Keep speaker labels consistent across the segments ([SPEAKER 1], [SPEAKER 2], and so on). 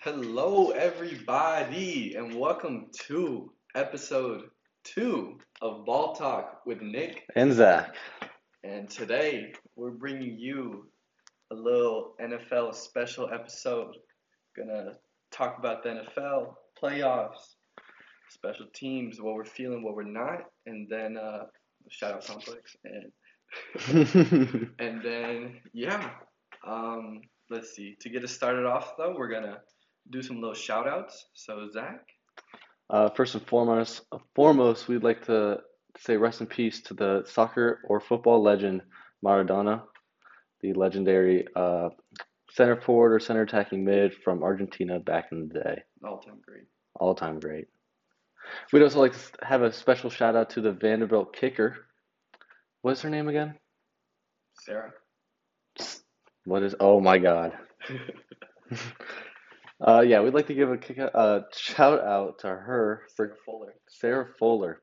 [SPEAKER 1] Hello, everybody, and welcome to episode two of Ball Talk with Nick.
[SPEAKER 2] And Zach.
[SPEAKER 1] And today we're bringing you a little NFL special episode. Gonna talk about the NFL playoffs, special teams, what we're feeling, what we're not, and then uh, shout out complex and and then yeah, um, let's see. To get us started off though, we're gonna do some little shout outs. So Zach,
[SPEAKER 2] uh, first and foremost, foremost, we'd like to say rest in peace to the soccer or football legend Maradona, the legendary uh, center forward or center attacking mid from Argentina back in the day.
[SPEAKER 1] all time great.
[SPEAKER 2] All time great. We'd also like to s- have a special shout out to the Vanderbilt kicker. What's her name again?
[SPEAKER 1] Sarah.
[SPEAKER 2] What is? Oh my God. Uh, yeah, we'd like to give a kick, uh, shout out to her for
[SPEAKER 1] Sarah Fuller.
[SPEAKER 2] Sarah Fuller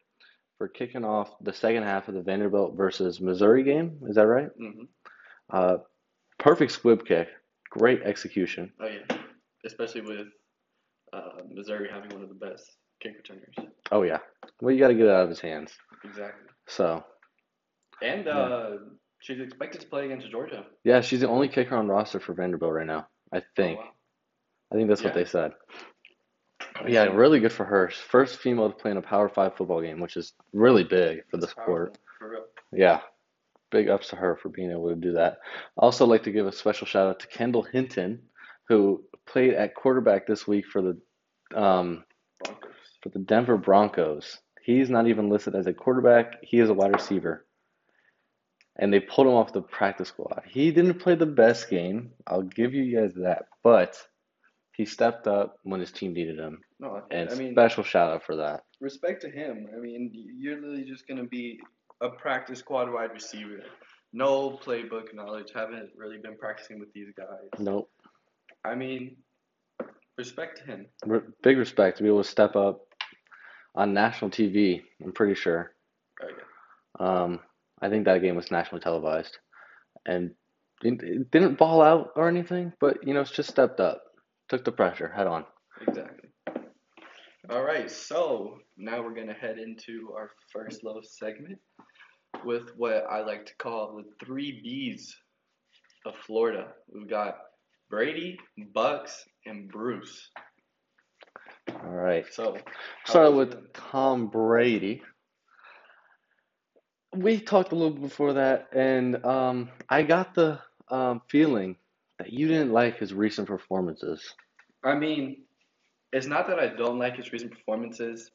[SPEAKER 2] for kicking off the second half of the Vanderbilt versus Missouri game. Is that right?
[SPEAKER 1] hmm
[SPEAKER 2] Uh, perfect squib kick. Great execution.
[SPEAKER 1] Oh yeah, especially with uh, Missouri having one of the best kick returners.
[SPEAKER 2] Oh, yeah. Well, you got to get it out of his hands.
[SPEAKER 1] Exactly.
[SPEAKER 2] So,
[SPEAKER 1] And
[SPEAKER 2] Yeah.
[SPEAKER 1] uh, she's expected to play against Georgia.
[SPEAKER 2] yeah, she's the only kicker on roster for Vanderbilt right now, I think.
[SPEAKER 1] Oh, wow.
[SPEAKER 2] I think that's what they said. But yeah, really good for her. First female to play in a Power Five football game, which is really big for the
[SPEAKER 1] That's
[SPEAKER 2] sport.
[SPEAKER 1] powerful, For real.
[SPEAKER 2] Yeah, big ups to her for being able to do that. Also, like to give a special shout out to Kendall Hinton, who played at quarterback this week for the um,
[SPEAKER 1] Broncos.
[SPEAKER 2] for the Denver Broncos. He's not even listed as a quarterback; he is a wide receiver. And they pulled him off the practice squad. He didn't play the best game. I'll give you guys that, but he stepped up when his team needed him.
[SPEAKER 1] No, I-
[SPEAKER 2] And
[SPEAKER 1] I mean,
[SPEAKER 2] special shout out for that.
[SPEAKER 1] respect to him. I mean, you're literally just gonna be a practice squad wide receiver. No playbook knowledge. Haven't really been practicing with these guys.
[SPEAKER 2] Nope.
[SPEAKER 1] I mean, respect to him.
[SPEAKER 2] re- big respect to be able to step up on national TV. I'm pretty sure.
[SPEAKER 1] Oh, yeah.
[SPEAKER 2] Um, I think that game was nationally televised, and it, it didn't ball out or anything, but you know, it's just stepped up, took the pressure head on.
[SPEAKER 1] Exactly. All right, so now we're going to head into our first little segment with what I like to call the three Bs of Florida. We've got Brady, Bucks, and Bruce.
[SPEAKER 2] All right,
[SPEAKER 1] So, how
[SPEAKER 2] started
[SPEAKER 1] was
[SPEAKER 2] with
[SPEAKER 1] it?
[SPEAKER 2] Tom Brady. We talked a little before that, and um, I got the um, feeling that you didn't like his recent performances.
[SPEAKER 1] I mean, it's not that I don't like his recent performances.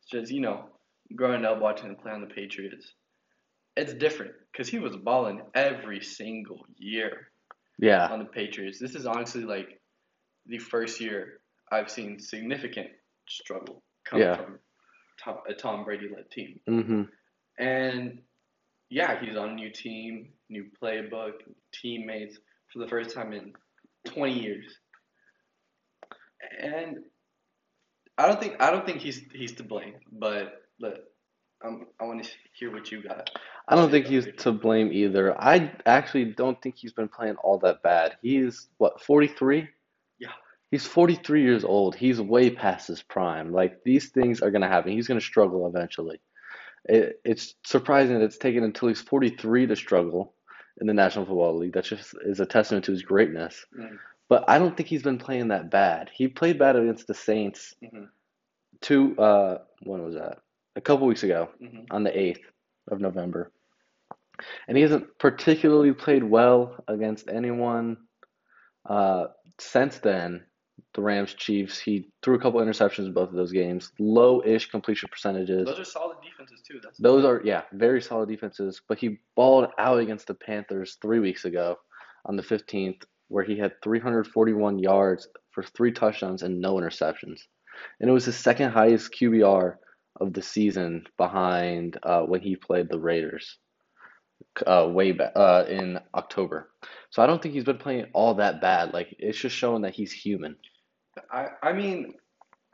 [SPEAKER 1] It's just, you know, growing up watching him play on the Patriots, it's different because he was balling every single year.
[SPEAKER 2] Yeah,
[SPEAKER 1] on the Patriots. This is honestly like the first year I've seen significant struggle come
[SPEAKER 2] Yeah.
[SPEAKER 1] from Tom, a Tom Brady led team.
[SPEAKER 2] mm-hmm.
[SPEAKER 1] And yeah, he's on a new team, new playbook, teammates for the first time in 20 years. And I don't think I don't think he's he's to blame, but look, I'm, I want to hear what you got.
[SPEAKER 2] I don't think he's to blame either. I actually don't think he's been playing all that bad. He's what, 43?
[SPEAKER 1] Yeah.
[SPEAKER 2] He's 43 years old. He's way past his prime. Like these things are going to happen. He's going to struggle eventually. It, it's surprising that it's taken until he's 43 to struggle in the National Football League. That just is a testament to his greatness.
[SPEAKER 1] Mm.
[SPEAKER 2] But I don't think he's been playing that bad. He played bad against the Saints
[SPEAKER 1] Mhm.
[SPEAKER 2] two uh when was that? A couple weeks ago
[SPEAKER 1] Mhm.
[SPEAKER 2] on the 8th of November. And he hasn't particularly played well against anyone uh, since then. The Rams, Chiefs, he threw a couple interceptions in both of those games. Low ish completion percentages.
[SPEAKER 1] Those are solid defenses too. That's
[SPEAKER 2] Those are, yeah, very solid defenses. But he balled out against the Panthers three weeks ago on the 15th, where he had 341 yards for three touchdowns and no interceptions. And it was his second highest QBR of the season behind uh, when he played the Raiders uh, way back uh, in October. So I don't think he's been playing all that bad. Like, it's just showing that he's human.
[SPEAKER 1] I I mean,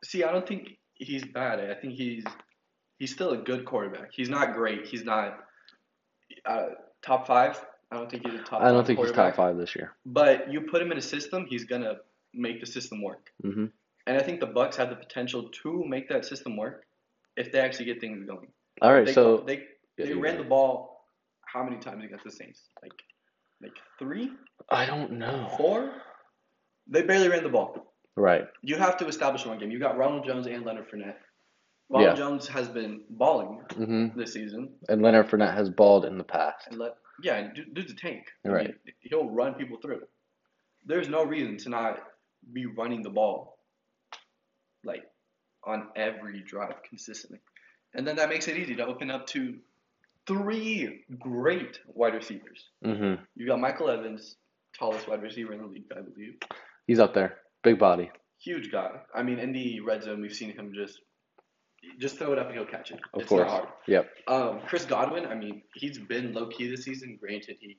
[SPEAKER 1] see, I don't think he's bad. I think he's he's still a good quarterback. He's not great. He's not uh, top five. I don't think he's a top.
[SPEAKER 2] I don't
[SPEAKER 1] five
[SPEAKER 2] think he's top
[SPEAKER 1] quarterback.
[SPEAKER 2] five this year.
[SPEAKER 1] But you put him in a system, he's gonna make the system work.
[SPEAKER 2] hmm
[SPEAKER 1] And I think the Bucks have the potential to make that system work if they actually get things going.
[SPEAKER 2] All right,
[SPEAKER 1] They,
[SPEAKER 2] so
[SPEAKER 1] they
[SPEAKER 2] Yeah,
[SPEAKER 1] they
[SPEAKER 2] you're
[SPEAKER 1] ran
[SPEAKER 2] right.
[SPEAKER 1] the ball how many times against the Saints? Like like three,
[SPEAKER 2] I don't know.
[SPEAKER 1] four? They barely ran the ball.
[SPEAKER 2] Right.
[SPEAKER 1] You have to establish one game. You got Ronald Jones and Leonard Fournette. Ronald
[SPEAKER 2] Yeah.
[SPEAKER 1] Jones has been balling
[SPEAKER 2] hmm
[SPEAKER 1] this season,
[SPEAKER 2] And Leonard Fournette has balled in the past.
[SPEAKER 1] and let yeah, and dude, dude's a tank. I
[SPEAKER 2] Right.
[SPEAKER 1] mean, he'll run people through. There's no reason to not be running the ball, like on every drive consistently, and then that makes it easy to open up to three great wide receivers.
[SPEAKER 2] hmm
[SPEAKER 1] You got Michael Evans, tallest wide receiver in the league, I believe.
[SPEAKER 2] He's up there. Big body.
[SPEAKER 1] Huge guy. I mean, in the red zone, we've seen him just just throw it up and he'll catch it.
[SPEAKER 2] Of
[SPEAKER 1] it's
[SPEAKER 2] course.
[SPEAKER 1] not hard.
[SPEAKER 2] Yep.
[SPEAKER 1] Um, Chris Godwin, I mean, he's been low key this season. Granted, he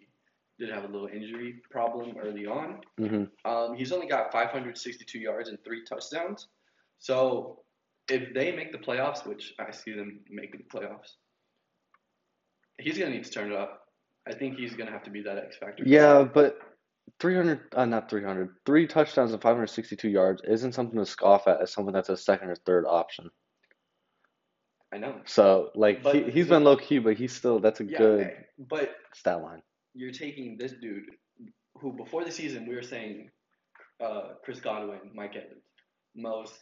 [SPEAKER 1] did have a little injury problem early on.
[SPEAKER 2] hmm
[SPEAKER 1] Um, he's only got 562 yards and three touchdowns. So if they make the playoffs, which I see them making the playoffs, he's gonna need to turn it up. I think he's gonna have to be that X factor.
[SPEAKER 2] Yeah, but 300, uh, not 300, three touchdowns and 562 yards isn't something to scoff at as someone that's a second or third option.
[SPEAKER 1] I know.
[SPEAKER 2] So, like,
[SPEAKER 1] But-
[SPEAKER 2] he, he's been low key, but he's still, that's a
[SPEAKER 1] Yeah,
[SPEAKER 2] good
[SPEAKER 1] but
[SPEAKER 2] stat line.
[SPEAKER 1] you're taking this dude who before the season we were saying uh, Chris Godwin, Mike Evans, most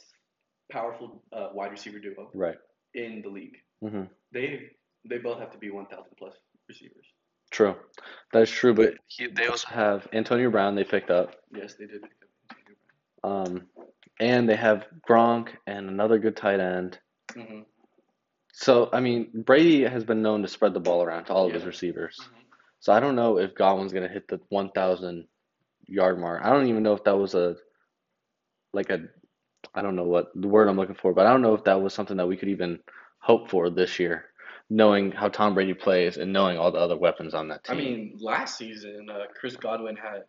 [SPEAKER 1] powerful uh, wide receiver duo
[SPEAKER 2] Right.
[SPEAKER 1] in the league.
[SPEAKER 2] hmm
[SPEAKER 1] They they both have to be 1,000 plus receivers.
[SPEAKER 2] True. That is true, but he, they also have Antonio Brown they picked up,
[SPEAKER 1] Yes, they did. pick up Antonio
[SPEAKER 2] um, and they have Gronk and another good tight end.
[SPEAKER 1] Brown. Mhm.
[SPEAKER 2] So, I mean, Brady has been known to spread the ball around to all of his
[SPEAKER 1] Yeah.
[SPEAKER 2] receivers. So I don't know if Godwin's gonna hit the 1,000 yard mark. I don't even know if that was a like a I don't know what the word I'm looking for, but I don't know if that was something that we could even hope for this year, knowing how Tom Brady plays and knowing all the other weapons on that
[SPEAKER 1] I
[SPEAKER 2] team.
[SPEAKER 1] mean, last season uh, Chris Godwin had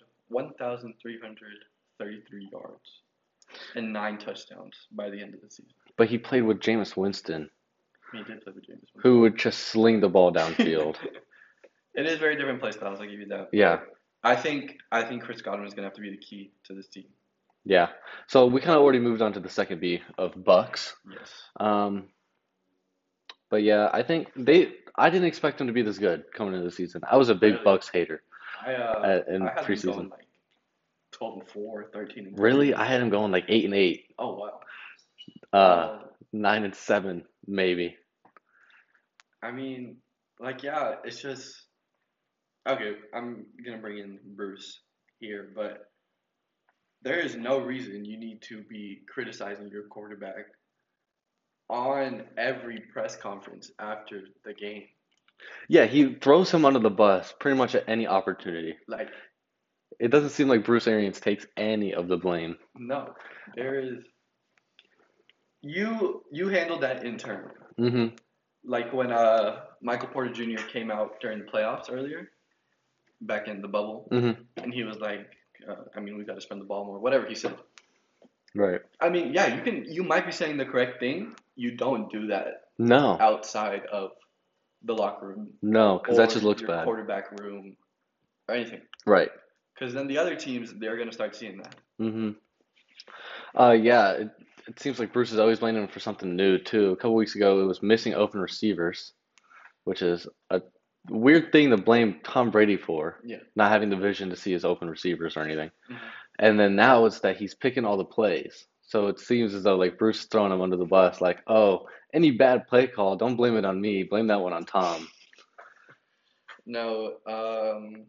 [SPEAKER 1] 1,333 yards and nine touchdowns by the end of the season.
[SPEAKER 2] But he played with Jameis Winston,
[SPEAKER 1] He did play with James. Winston.
[SPEAKER 2] who would just sling the ball downfield.
[SPEAKER 1] it is very different play styles. I'll give you that.
[SPEAKER 2] Yeah.
[SPEAKER 1] I think I think Chris Godwin is gonna have to be the key to this team.
[SPEAKER 2] Yeah. So we kind of already moved on to the second B of Bucks.
[SPEAKER 1] Yes.
[SPEAKER 2] Um, but yeah, I think they. I didn't expect them to be this good coming into the season. I was a big
[SPEAKER 1] Really?
[SPEAKER 2] Bucks hater
[SPEAKER 1] I uh,
[SPEAKER 2] at, in
[SPEAKER 1] I had them
[SPEAKER 2] preseason.
[SPEAKER 1] going like 12 and 4, 13 and
[SPEAKER 2] Really, I had them going like eight and eight,
[SPEAKER 1] Oh wow.
[SPEAKER 2] uh, nine and seven maybe.
[SPEAKER 1] I mean, like yeah, it's just okay. I'm gonna bring in Bruce here, but there is no reason you need to be criticizing your quarterback on every press conference after the game.
[SPEAKER 2] Yeah, he throws him under the bus pretty much at any opportunity.
[SPEAKER 1] Like
[SPEAKER 2] It doesn't seem like Bruce Arians takes any of the blame.
[SPEAKER 1] no, there is. You you handled that intern
[SPEAKER 2] hmm
[SPEAKER 1] like when uh, Michael Porter Jr. came out during the playoffs earlier, back in the bubble,
[SPEAKER 2] hmm
[SPEAKER 1] and he was like, uh, "I mean, we got to spend the ball more." Whatever he said.
[SPEAKER 2] Right.
[SPEAKER 1] I mean, yeah, you can. You might be saying the correct thing. You don't do that
[SPEAKER 2] No,
[SPEAKER 1] outside of the locker room
[SPEAKER 2] no, because that
[SPEAKER 1] or
[SPEAKER 2] just looks
[SPEAKER 1] your
[SPEAKER 2] bad.
[SPEAKER 1] quarterback room or anything.
[SPEAKER 2] Right.
[SPEAKER 1] Because then the other teams they're gonna start seeing that.
[SPEAKER 2] hmm Uh, yeah, it, it seems like Bruce is always blaming him for something new too. A couple weeks ago, it was missing open receivers, which is a weird thing to blame Tom Brady for,
[SPEAKER 1] Yeah.
[SPEAKER 2] not having the vision to see his open receivers or anything.
[SPEAKER 1] Mhm.
[SPEAKER 2] And then now it's that he's picking all the plays. So it seems as though like Bruce is throwing him under the bus, like, oh, any bad play call, don't blame it on me, blame that one on Tom.
[SPEAKER 1] No, um,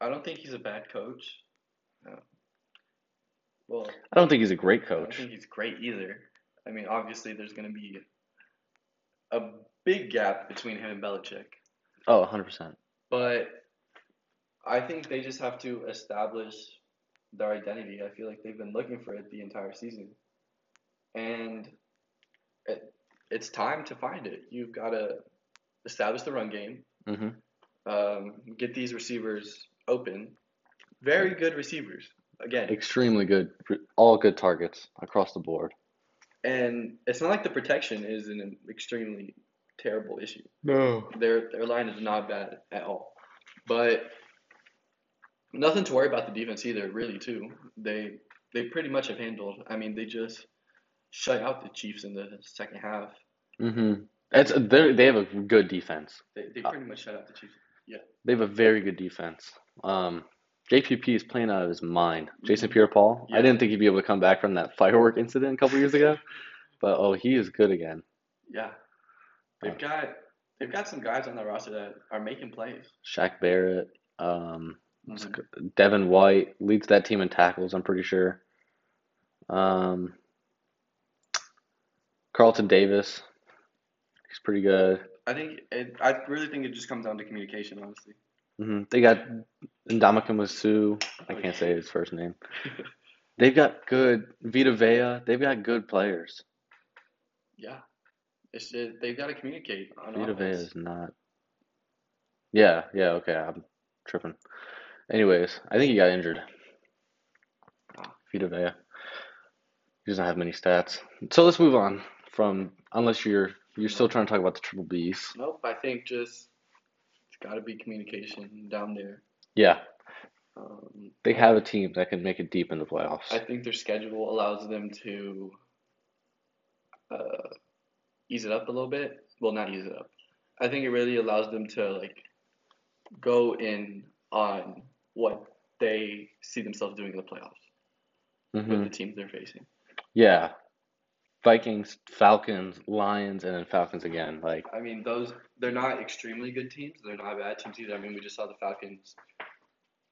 [SPEAKER 1] I don't think he's a bad coach. No. Well,
[SPEAKER 2] I don't think he's a great
[SPEAKER 1] I don't
[SPEAKER 2] coach.
[SPEAKER 1] think he's great either. I mean, obviously, there's going to be a big gap between him and Belichick,
[SPEAKER 2] Oh, 100%.
[SPEAKER 1] but I think they just have to establish their identity. I feel like they've been looking for it the entire season, and it, it's time to find it. You've got to establish the run game,
[SPEAKER 2] hmm
[SPEAKER 1] um, get these receivers open. Very good receivers, again.
[SPEAKER 2] Extremely good, all good targets across the board.
[SPEAKER 1] And it's not like the protection is an extremely terrible issue.
[SPEAKER 2] No.
[SPEAKER 1] Their their line is not bad at all. But nothing to worry about the defense either, really. Too they they pretty much have handled. I mean, they just shut out the Chiefs in the second half.
[SPEAKER 2] Mm-hmm. That's they they have a good defense.
[SPEAKER 1] They they pretty much shut out the Chiefs.
[SPEAKER 2] They have a very good defense. Um, JPP is playing out of his mind. Jason Pierre-Paul. I
[SPEAKER 1] Yeah.
[SPEAKER 2] didn't think he'd be able to come back from that firework incident a couple years ago, but oh, he is good again.
[SPEAKER 1] Yeah, they've got they've got some guys on the roster that are making plays.
[SPEAKER 2] Shaq Barrett, um,
[SPEAKER 1] Mhm.
[SPEAKER 2] Devin White leads that team in tackles. I'm pretty sure. Um, Carlton Davis. He's pretty good.
[SPEAKER 1] I think it, I really think it just comes down to communication, honestly.
[SPEAKER 2] hmm They got Ndamukong Suh.
[SPEAKER 1] Oh,
[SPEAKER 2] I can't say his first name. They've got good Vita Vea. They've got good players.
[SPEAKER 1] Yeah, it's just, they've got to communicate on
[SPEAKER 2] Vita Vea
[SPEAKER 1] offense.
[SPEAKER 2] is not. Yeah, yeah, okay. I'm tripping. Anyways, I think he got injured. Vita Vea. He doesn't have many stats. So let's move on from unless you're you're still trying to talk about the triple Bs.
[SPEAKER 1] Nope, I think just it's got to be communication down there.
[SPEAKER 2] Yeah,
[SPEAKER 1] Um,
[SPEAKER 2] they have a team that can make it deep in the playoffs.
[SPEAKER 1] I think their schedule allows them to uh, ease it up a little bit. Well, not ease it up. I think it really allows them to like go in on what they see themselves doing in the playoffs
[SPEAKER 2] Mhm.
[SPEAKER 1] with the teams they're facing.
[SPEAKER 2] Yeah. Vikings, Falcons, Lions, and then Falcons again. Like,
[SPEAKER 1] I mean, those they're not extremely good teams. They're not bad teams either. I mean, we just saw the Falcons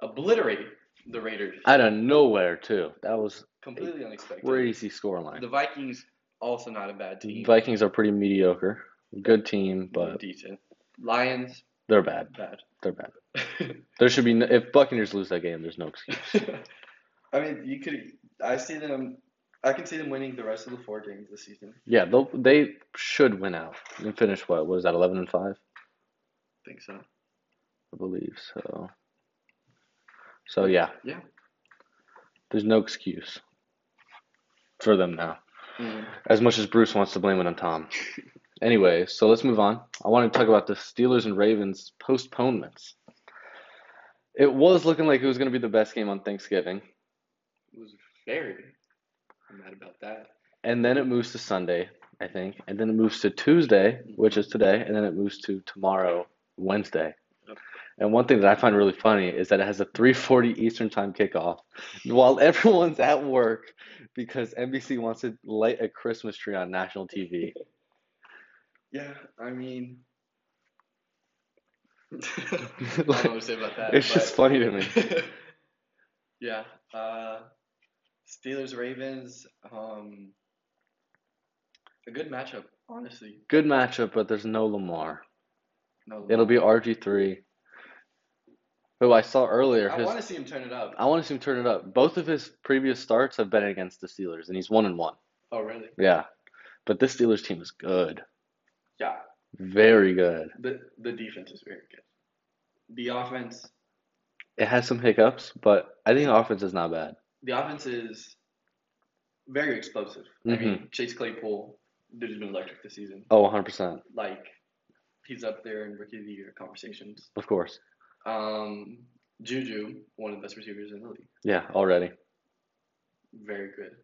[SPEAKER 1] obliterate the Raiders.
[SPEAKER 2] out of nowhere, too. That was
[SPEAKER 1] Completely unexpected.
[SPEAKER 2] crazy scoreline.
[SPEAKER 1] The Vikings also not a bad team.
[SPEAKER 2] Vikings are pretty mediocre. Good team, but
[SPEAKER 1] decent. Lions
[SPEAKER 2] they're bad.
[SPEAKER 1] bad.
[SPEAKER 2] They're bad. There should be no, if Buccaneers lose that game, there's no excuse.
[SPEAKER 1] I mean, you could. I see them. I can see them winning the rest of the four games this season.
[SPEAKER 2] Yeah, they'll, they should win out and finish what? What is that, 11 and 5?
[SPEAKER 1] I think so.
[SPEAKER 2] I believe so. So, yeah.
[SPEAKER 1] Yeah.
[SPEAKER 2] There's no excuse for them now.
[SPEAKER 1] Mm-hmm.
[SPEAKER 2] As much as Bruce wants to blame it on Tom. Anyway, so let's move on. I want to talk about the Steelers and Ravens postponements. It was looking like it was going to be the best game on Thanksgiving,
[SPEAKER 1] It was very. I'm mad about that.
[SPEAKER 2] and then it moves to Sunday, I think, and then it moves to Tuesday, which is today, and then it moves to tomorrow, Wednesday.
[SPEAKER 1] Yep.
[SPEAKER 2] And one thing that I find really funny is that it has a 3:40 Eastern Time kickoff while everyone's at work because NBC wants to light a Christmas tree on national TV.
[SPEAKER 1] Yeah, I mean. I don't know
[SPEAKER 2] Like,
[SPEAKER 1] what to say about that.
[SPEAKER 2] it's just funny to me.
[SPEAKER 1] but- yeah. Uh, Steelers Ravens. Um, a good matchup, honestly.
[SPEAKER 2] Good matchup, but there's no Lamar.
[SPEAKER 1] No,
[SPEAKER 2] It'll be RG3, who I saw earlier.
[SPEAKER 1] I
[SPEAKER 2] his-
[SPEAKER 1] want to see him turn it up.
[SPEAKER 2] I want to see him turn it up. Both of his previous starts have been against the Steelers, and he's one and one.
[SPEAKER 1] Oh, really?
[SPEAKER 2] Yeah, but this Steelers team is good,
[SPEAKER 1] Yeah.
[SPEAKER 2] very good.
[SPEAKER 1] The the defense is very good. The offense,
[SPEAKER 2] It has some hiccups, but I think the offense is not bad.
[SPEAKER 1] the offense is very explosive. I
[SPEAKER 2] Mm-hmm.
[SPEAKER 1] mean, Chase Claypool, dude has been electric this season.
[SPEAKER 2] Oh, 100 percent,
[SPEAKER 1] Like, he's up there in rookie of the year conversations.
[SPEAKER 2] of course.
[SPEAKER 1] Um, Juju, one of the best receivers in the league,
[SPEAKER 2] Yeah, already.
[SPEAKER 1] very good.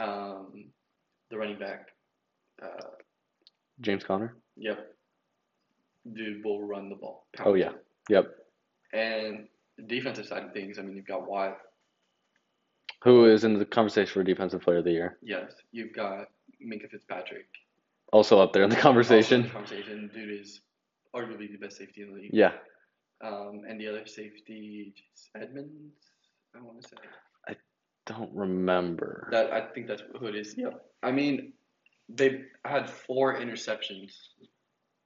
[SPEAKER 1] Um, the running back, uh,
[SPEAKER 2] James Conner.
[SPEAKER 1] Yep. Dude will run the ball.
[SPEAKER 2] Oh, yeah.
[SPEAKER 1] Pound
[SPEAKER 2] Yep.
[SPEAKER 1] it. And the defensive side of things, I mean, you've got Watt.
[SPEAKER 2] Who is in the conversation for defensive player of the year?
[SPEAKER 1] Yes, you've got Minka Fitzpatrick.
[SPEAKER 2] Also up there in the
[SPEAKER 1] Also in
[SPEAKER 2] conversation.
[SPEAKER 1] the conversation. Dude is arguably the best safety in the league.
[SPEAKER 2] Yeah,
[SPEAKER 1] Um, and the other safety, Edmonds. I want to say
[SPEAKER 2] don't remember.
[SPEAKER 1] that. I think that's who it is. Yep. I mean, they've had four interceptions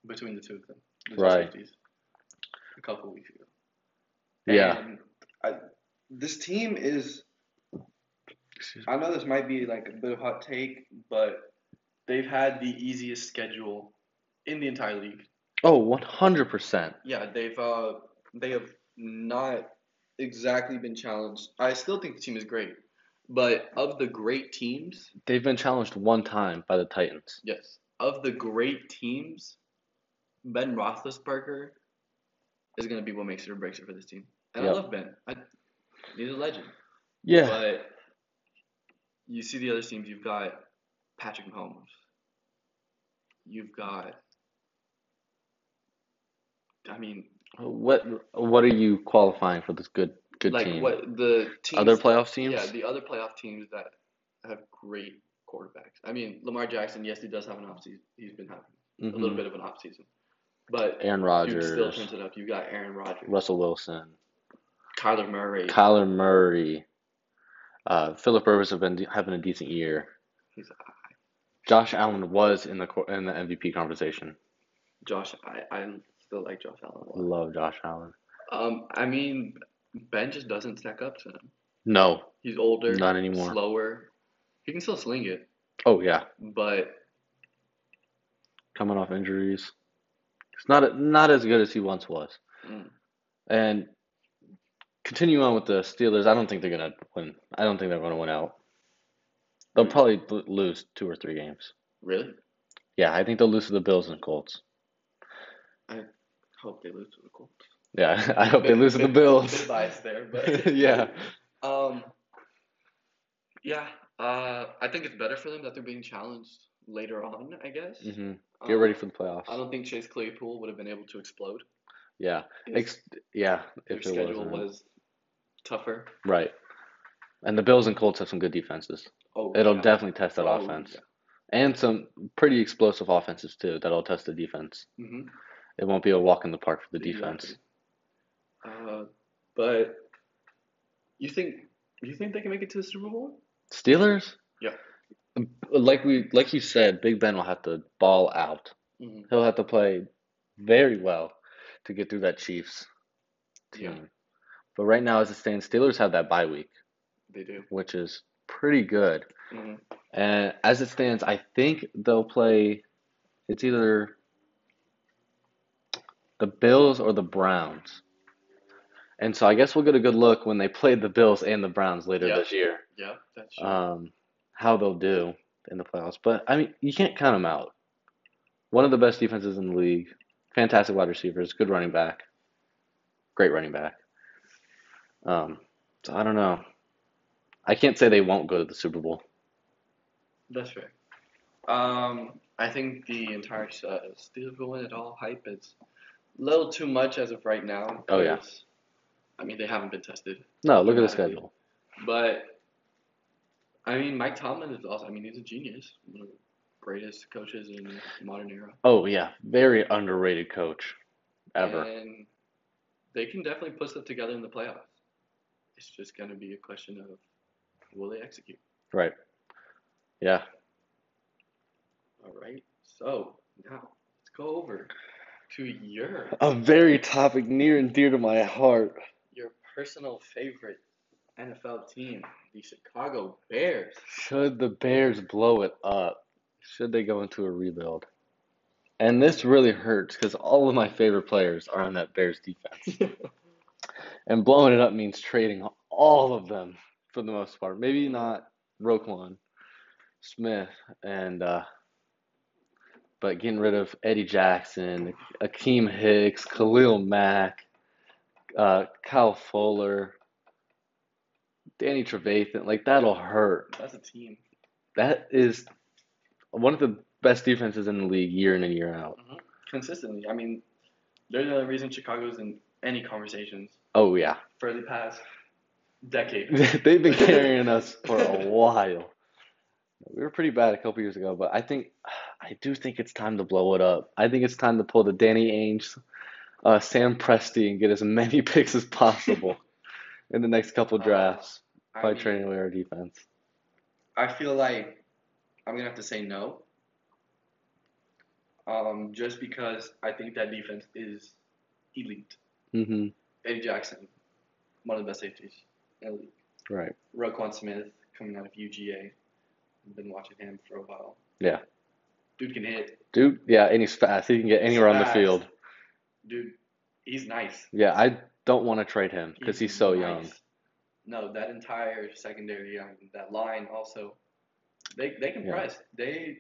[SPEAKER 1] between the two of them. The two
[SPEAKER 2] Right.
[SPEAKER 1] Safeties, a couple weeks ago.
[SPEAKER 2] Yeah.
[SPEAKER 1] And I, this team is. I know this might be like a bit of hot take, but they've had the easiest schedule in the entire league.
[SPEAKER 2] Oh, 100 percent.
[SPEAKER 1] Yeah, they've uh, they have not exactly been challenged. I still think the team is great, but of the great teams,
[SPEAKER 2] They've been challenged one time by the Titans.
[SPEAKER 1] yes, of the great teams, Ben Roethlisberger is going to be what makes it or breaks it for this team. And
[SPEAKER 2] Yep.
[SPEAKER 1] I love Ben. I He's a legend.
[SPEAKER 2] Yeah.
[SPEAKER 1] But you see the other teams. You've got Patrick Mahomes. You've got. I mean,
[SPEAKER 2] What What are you qualifying for this good good
[SPEAKER 1] like
[SPEAKER 2] team?
[SPEAKER 1] what the teams,
[SPEAKER 2] Other playoff teams?
[SPEAKER 1] Yeah, the other playoff teams that have great quarterbacks. I mean, Lamar Jackson. Yes, he does have an off season. He's been having a little
[SPEAKER 2] Mhm.
[SPEAKER 1] bit of an off season, but Duke still
[SPEAKER 2] Aaron Rodgers,
[SPEAKER 1] turns it up. You got Aaron Rodgers,
[SPEAKER 2] Russell Wilson,
[SPEAKER 1] Kyler Murray.
[SPEAKER 2] Kyler Murray, uh, Philip Rivers have been having a decent year.
[SPEAKER 1] He's-
[SPEAKER 2] Josh Allen was in the co- in the MVP conversation.
[SPEAKER 1] Josh, I, I still like Josh Allen a lot.
[SPEAKER 2] Love Josh Allen.
[SPEAKER 1] Um, I mean, Ben just doesn't stack up to him.
[SPEAKER 2] No,
[SPEAKER 1] He's older,
[SPEAKER 2] not anymore.
[SPEAKER 1] slower. He can still sling it,
[SPEAKER 2] Oh yeah,
[SPEAKER 1] but
[SPEAKER 2] coming off injuries, it's not not as good as he once was.
[SPEAKER 1] mm,
[SPEAKER 2] And continue on with the Steelers. I don't think they're gonna win. I don't think they're gonna win out.
[SPEAKER 1] Mm.
[SPEAKER 2] They'll probably l- lose two or three games.
[SPEAKER 1] really,
[SPEAKER 2] Yeah, I think they'll lose to the Bills and Colts.
[SPEAKER 1] hope they lose to the Colts.
[SPEAKER 2] Yeah, I hope they
[SPEAKER 1] Bit-
[SPEAKER 2] lose to the
[SPEAKER 1] bit- Bit
[SPEAKER 2] Bills.
[SPEAKER 1] biased there, but
[SPEAKER 2] yeah,
[SPEAKER 1] um, yeah. Uh, I think it's better for them that they're being challenged later on. I guess.
[SPEAKER 2] hmm Get
[SPEAKER 1] Um,
[SPEAKER 2] ready for the
[SPEAKER 1] I
[SPEAKER 2] playoffs.
[SPEAKER 1] don't think Chase Claypool would have been able to explode.
[SPEAKER 2] Yeah,
[SPEAKER 1] if
[SPEAKER 2] Ex- yeah.
[SPEAKER 1] their
[SPEAKER 2] If it
[SPEAKER 1] schedule
[SPEAKER 2] wasn't
[SPEAKER 1] was tougher.
[SPEAKER 2] right, and the Bills and Colts have some good defenses.
[SPEAKER 1] Oh,
[SPEAKER 2] It'll
[SPEAKER 1] yeah.
[SPEAKER 2] definitely test that
[SPEAKER 1] Oh,
[SPEAKER 2] offense, and some pretty explosive offenses too. That'll test the defense.
[SPEAKER 1] yeah. Mhm.
[SPEAKER 2] It won't be a walk in the park for the
[SPEAKER 1] Exactly.
[SPEAKER 2] defense.
[SPEAKER 1] Uh, but you think you think they can make it to the Super Bowl?
[SPEAKER 2] Steelers?
[SPEAKER 1] Yeah.
[SPEAKER 2] Like we like you said, Big Ben will have to ball out.
[SPEAKER 1] Mhm.
[SPEAKER 2] He'll have to play very well to get through that Chiefs
[SPEAKER 1] Yeah.
[SPEAKER 2] team. But right now, as it stands, Steelers have that bye week,
[SPEAKER 1] They do.
[SPEAKER 2] which is pretty good.
[SPEAKER 1] Mhm.
[SPEAKER 2] And as it stands, I think they'll play it's either the Bills or the Browns. And so I guess we'll get a good look when they play the Bills and the Browns later
[SPEAKER 1] Yeah.
[SPEAKER 2] this year
[SPEAKER 1] Yeah, that's true.
[SPEAKER 2] um, how they'll do in the playoffs. But I mean, you can't count them out. One of the best defenses in the league, fantastic wide receivers, good running back, great running back. Um, so I don't know. I can't say they won't go to the Super Bowl.
[SPEAKER 1] that's fair. Um, I think the entire uh, Steelers will win it all. Hype is a little too much as of right now.
[SPEAKER 2] Oh, yeah.
[SPEAKER 1] because, I mean, they haven't been tested.
[SPEAKER 2] No, look at the
[SPEAKER 1] Automatically.
[SPEAKER 2] schedule.
[SPEAKER 1] But I mean, Mike Tomlin is also. I mean, he's a genius. One of the greatest coaches in modern era.
[SPEAKER 2] Oh yeah, very underrated coach, ever.
[SPEAKER 1] And they can definitely put stuff together in the playoffs. It's just going to be a question of will they execute?
[SPEAKER 2] Right. Yeah.
[SPEAKER 1] All right. So now let's go over to your
[SPEAKER 2] A very topic near and dear to my heart.
[SPEAKER 1] your personal favorite NFL team, the Chicago Bears.
[SPEAKER 2] Should the Bears blow it up? Should they go into a rebuild? And this really hurts because all of my favorite players are on that Bears defense. And blowing it up means trading all of them for the most part. Maybe not Roquan Smith and uh but getting rid of Eddie Jackson, Akeem Hicks, Khalil Mack, uh Kyle Fuller, Danny Trevathan, like that'll hurt.
[SPEAKER 1] That's a team.
[SPEAKER 2] That is one of the best defenses in the league year in and year out.
[SPEAKER 1] Consistently. I mean, they're the only reason Chicago's in any conversations
[SPEAKER 2] Oh yeah.
[SPEAKER 1] for the past decade.
[SPEAKER 2] They've been carrying us for a while. We were pretty bad a couple years ago, but I think I do think it's time to blow it up. I think it's time to pull the Danny Ainge, uh, Sam Presti and get as many picks as possible in the next couple drafts
[SPEAKER 1] I
[SPEAKER 2] by
[SPEAKER 1] mean,
[SPEAKER 2] trading away our defense.
[SPEAKER 1] I feel like I'm gonna have to say no. Um, just because I think that defense is elite.
[SPEAKER 2] hmm
[SPEAKER 1] Eddie Jackson, one of the best safeties in the league.
[SPEAKER 2] Right.
[SPEAKER 1] Roquan Smith coming out of UGA. I've been watching him for a while.
[SPEAKER 2] Yeah.
[SPEAKER 1] Dude can hit.
[SPEAKER 2] Dude, yeah, and he's fast. He can get anywhere on the
[SPEAKER 1] Fast.
[SPEAKER 2] field.
[SPEAKER 1] Dude, he's nice.
[SPEAKER 2] Yeah, I don't want to trade him because he's so young.
[SPEAKER 1] nice. No, that entire secondary, um, that line also, they they can
[SPEAKER 2] Yeah.
[SPEAKER 1] press. They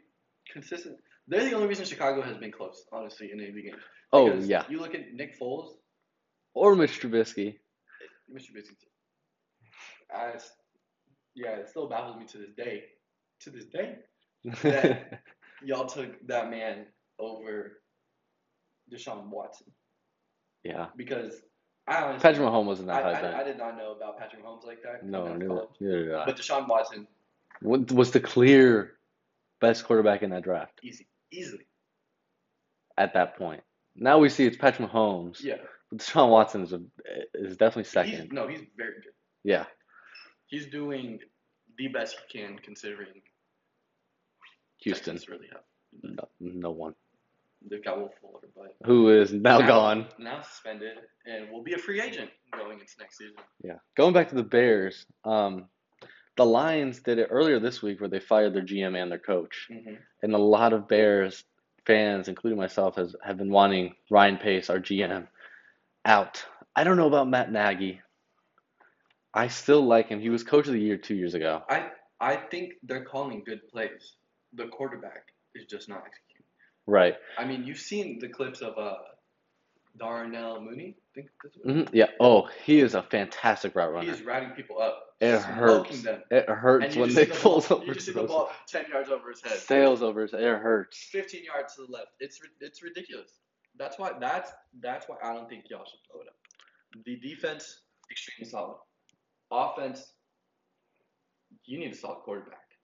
[SPEAKER 1] consistent. They're the only reason Chicago has been close, honestly, in any of the games.
[SPEAKER 2] Oh
[SPEAKER 1] Because
[SPEAKER 2] yeah,
[SPEAKER 1] You look at Nick Foles,
[SPEAKER 2] or Mitch Trubisky.
[SPEAKER 1] Mr. Biscuit. I just, yeah, it still baffles me to this day. To this day, That- y'all took that man over Deshaun Watson
[SPEAKER 2] yeah.
[SPEAKER 1] because I honestly
[SPEAKER 2] Patrick Mahomes wasn't
[SPEAKER 1] I,
[SPEAKER 2] that high
[SPEAKER 1] I, I
[SPEAKER 2] then.
[SPEAKER 1] did not know about Patrick Mahomes like that.
[SPEAKER 2] No,
[SPEAKER 1] coming out of
[SPEAKER 2] neither,
[SPEAKER 1] college.
[SPEAKER 2] neither did I.
[SPEAKER 1] But Deshaun Watson,
[SPEAKER 2] What was the clear best quarterback in that draft
[SPEAKER 1] easy, easily.
[SPEAKER 2] at that point? Now we see it's Patrick Mahomes.
[SPEAKER 1] Yeah,
[SPEAKER 2] But Deshaun Watson is a, is definitely
[SPEAKER 1] He's,
[SPEAKER 2] second.
[SPEAKER 1] no, he's very good.
[SPEAKER 2] yeah,
[SPEAKER 1] He's doing the best he can considering
[SPEAKER 2] Houston,
[SPEAKER 1] Texans really have.
[SPEAKER 2] no, no one
[SPEAKER 1] They've got Will Fuller, but
[SPEAKER 2] who is now
[SPEAKER 1] Now-
[SPEAKER 2] gone.
[SPEAKER 1] now suspended and will be a free agent going into next season.
[SPEAKER 2] Yeah, going back to the Bears, um, the Lions did it earlier this week where they fired their GM and their coach, and a lot of Bears fans, including myself, has have been wanting Ryan Pace, our GM, out. I don't know about Matt Nagy. I still like him. He was coach of the year two years ago.
[SPEAKER 1] I I think they're calling good plays. The quarterback is just not executing.
[SPEAKER 2] Right.
[SPEAKER 1] I mean, you've seen the clips of uh, Darnell Mooney. I think that's what
[SPEAKER 2] Mhm. Yeah. Oh, he is a fantastic route
[SPEAKER 1] he
[SPEAKER 2] Mm-hmm. runner.
[SPEAKER 1] is ratting people up,
[SPEAKER 2] It
[SPEAKER 1] smoking
[SPEAKER 2] hurts.
[SPEAKER 1] them,
[SPEAKER 2] It hurts
[SPEAKER 1] you
[SPEAKER 2] when
[SPEAKER 1] just
[SPEAKER 2] they
[SPEAKER 1] see the
[SPEAKER 2] pull
[SPEAKER 1] ball-
[SPEAKER 2] over
[SPEAKER 1] You just see the
[SPEAKER 2] those-
[SPEAKER 1] ball ten yards over his head.
[SPEAKER 2] sails over. his- It hurts.
[SPEAKER 1] 15 yards to the left. It's ri- it's ridiculous. That's why that's that's why I don't think y'all should blow it up. The defense extremely solid. Offense, you need a solid quarterback.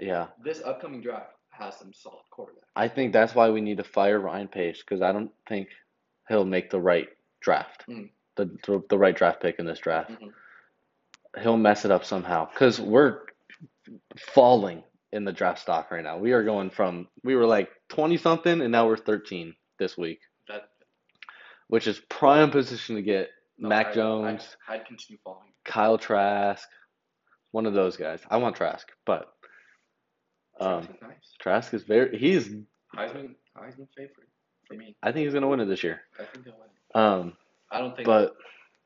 [SPEAKER 2] Yeah,
[SPEAKER 1] This upcoming draft has some solid quarterback.
[SPEAKER 2] I think that's why we need to fire Ryan Pace because I don't think he'll make the right draft,
[SPEAKER 1] Mm.
[SPEAKER 2] the, the the right draft pick in this draft.
[SPEAKER 1] Mhm.
[SPEAKER 2] He'll mess it up somehow because we're falling in the draft stock right now. We are going from we were like twenty something and now we're thirteen this week,
[SPEAKER 1] That
[SPEAKER 2] which is prime position to get
[SPEAKER 1] no,
[SPEAKER 2] Mac
[SPEAKER 1] I- I-
[SPEAKER 2] Jones.
[SPEAKER 1] I'd continue following.
[SPEAKER 2] Kyle Trask, one of those guys. I want Trask, but um,
[SPEAKER 1] Trask is nice.
[SPEAKER 2] Trask is very. He's.
[SPEAKER 1] Heisman Heisman favorite for me.
[SPEAKER 2] I think he's gonna win it this year.
[SPEAKER 1] I think they'll win.
[SPEAKER 2] Um,
[SPEAKER 1] I don't think
[SPEAKER 2] but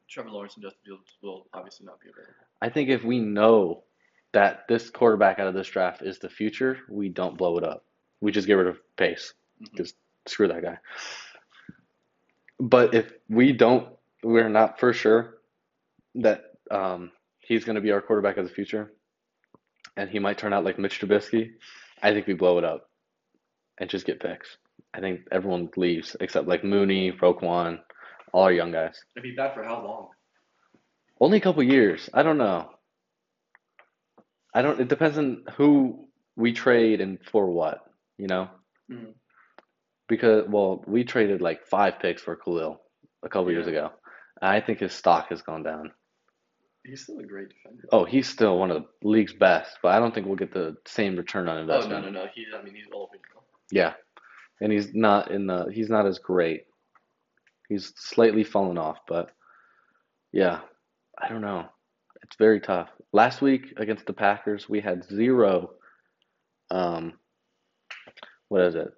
[SPEAKER 1] Trevor Lawrence and Justin Fields will obviously not be available.
[SPEAKER 2] I think if we know that this quarterback out of this draft is the future, we don't blow it up. We just get rid of Pace.
[SPEAKER 1] Mhm.
[SPEAKER 2] Just screw that guy. But if we don't, we're not for sure that um, he's going to be our quarterback of the future, and he might turn out like Mitch Trubisky. I think we blow it up and just get picks. I think everyone leaves except like Mooney, Roquan, all our young guys.
[SPEAKER 1] It'd be bad for how long?
[SPEAKER 2] Only a couple years. I don't know. I don't. It depends on who we trade and for what, you know?
[SPEAKER 1] Mhm.
[SPEAKER 2] Because, well, we traded like five picks for Khalil a couple years
[SPEAKER 1] Yeah.
[SPEAKER 2] ago. And I think his stock has gone down.
[SPEAKER 1] He's still a great defender.
[SPEAKER 2] Oh, he's still one of the league's best, but I don't think we'll get the same return on
[SPEAKER 1] Oh no
[SPEAKER 2] investment.
[SPEAKER 1] no no. He I mean he's old. now.
[SPEAKER 2] Yeah. And he's not in the he's not as great. He's slightly fallen off, but yeah. I don't know. It's very tough. Last week against the Packers, we had zero um what is it?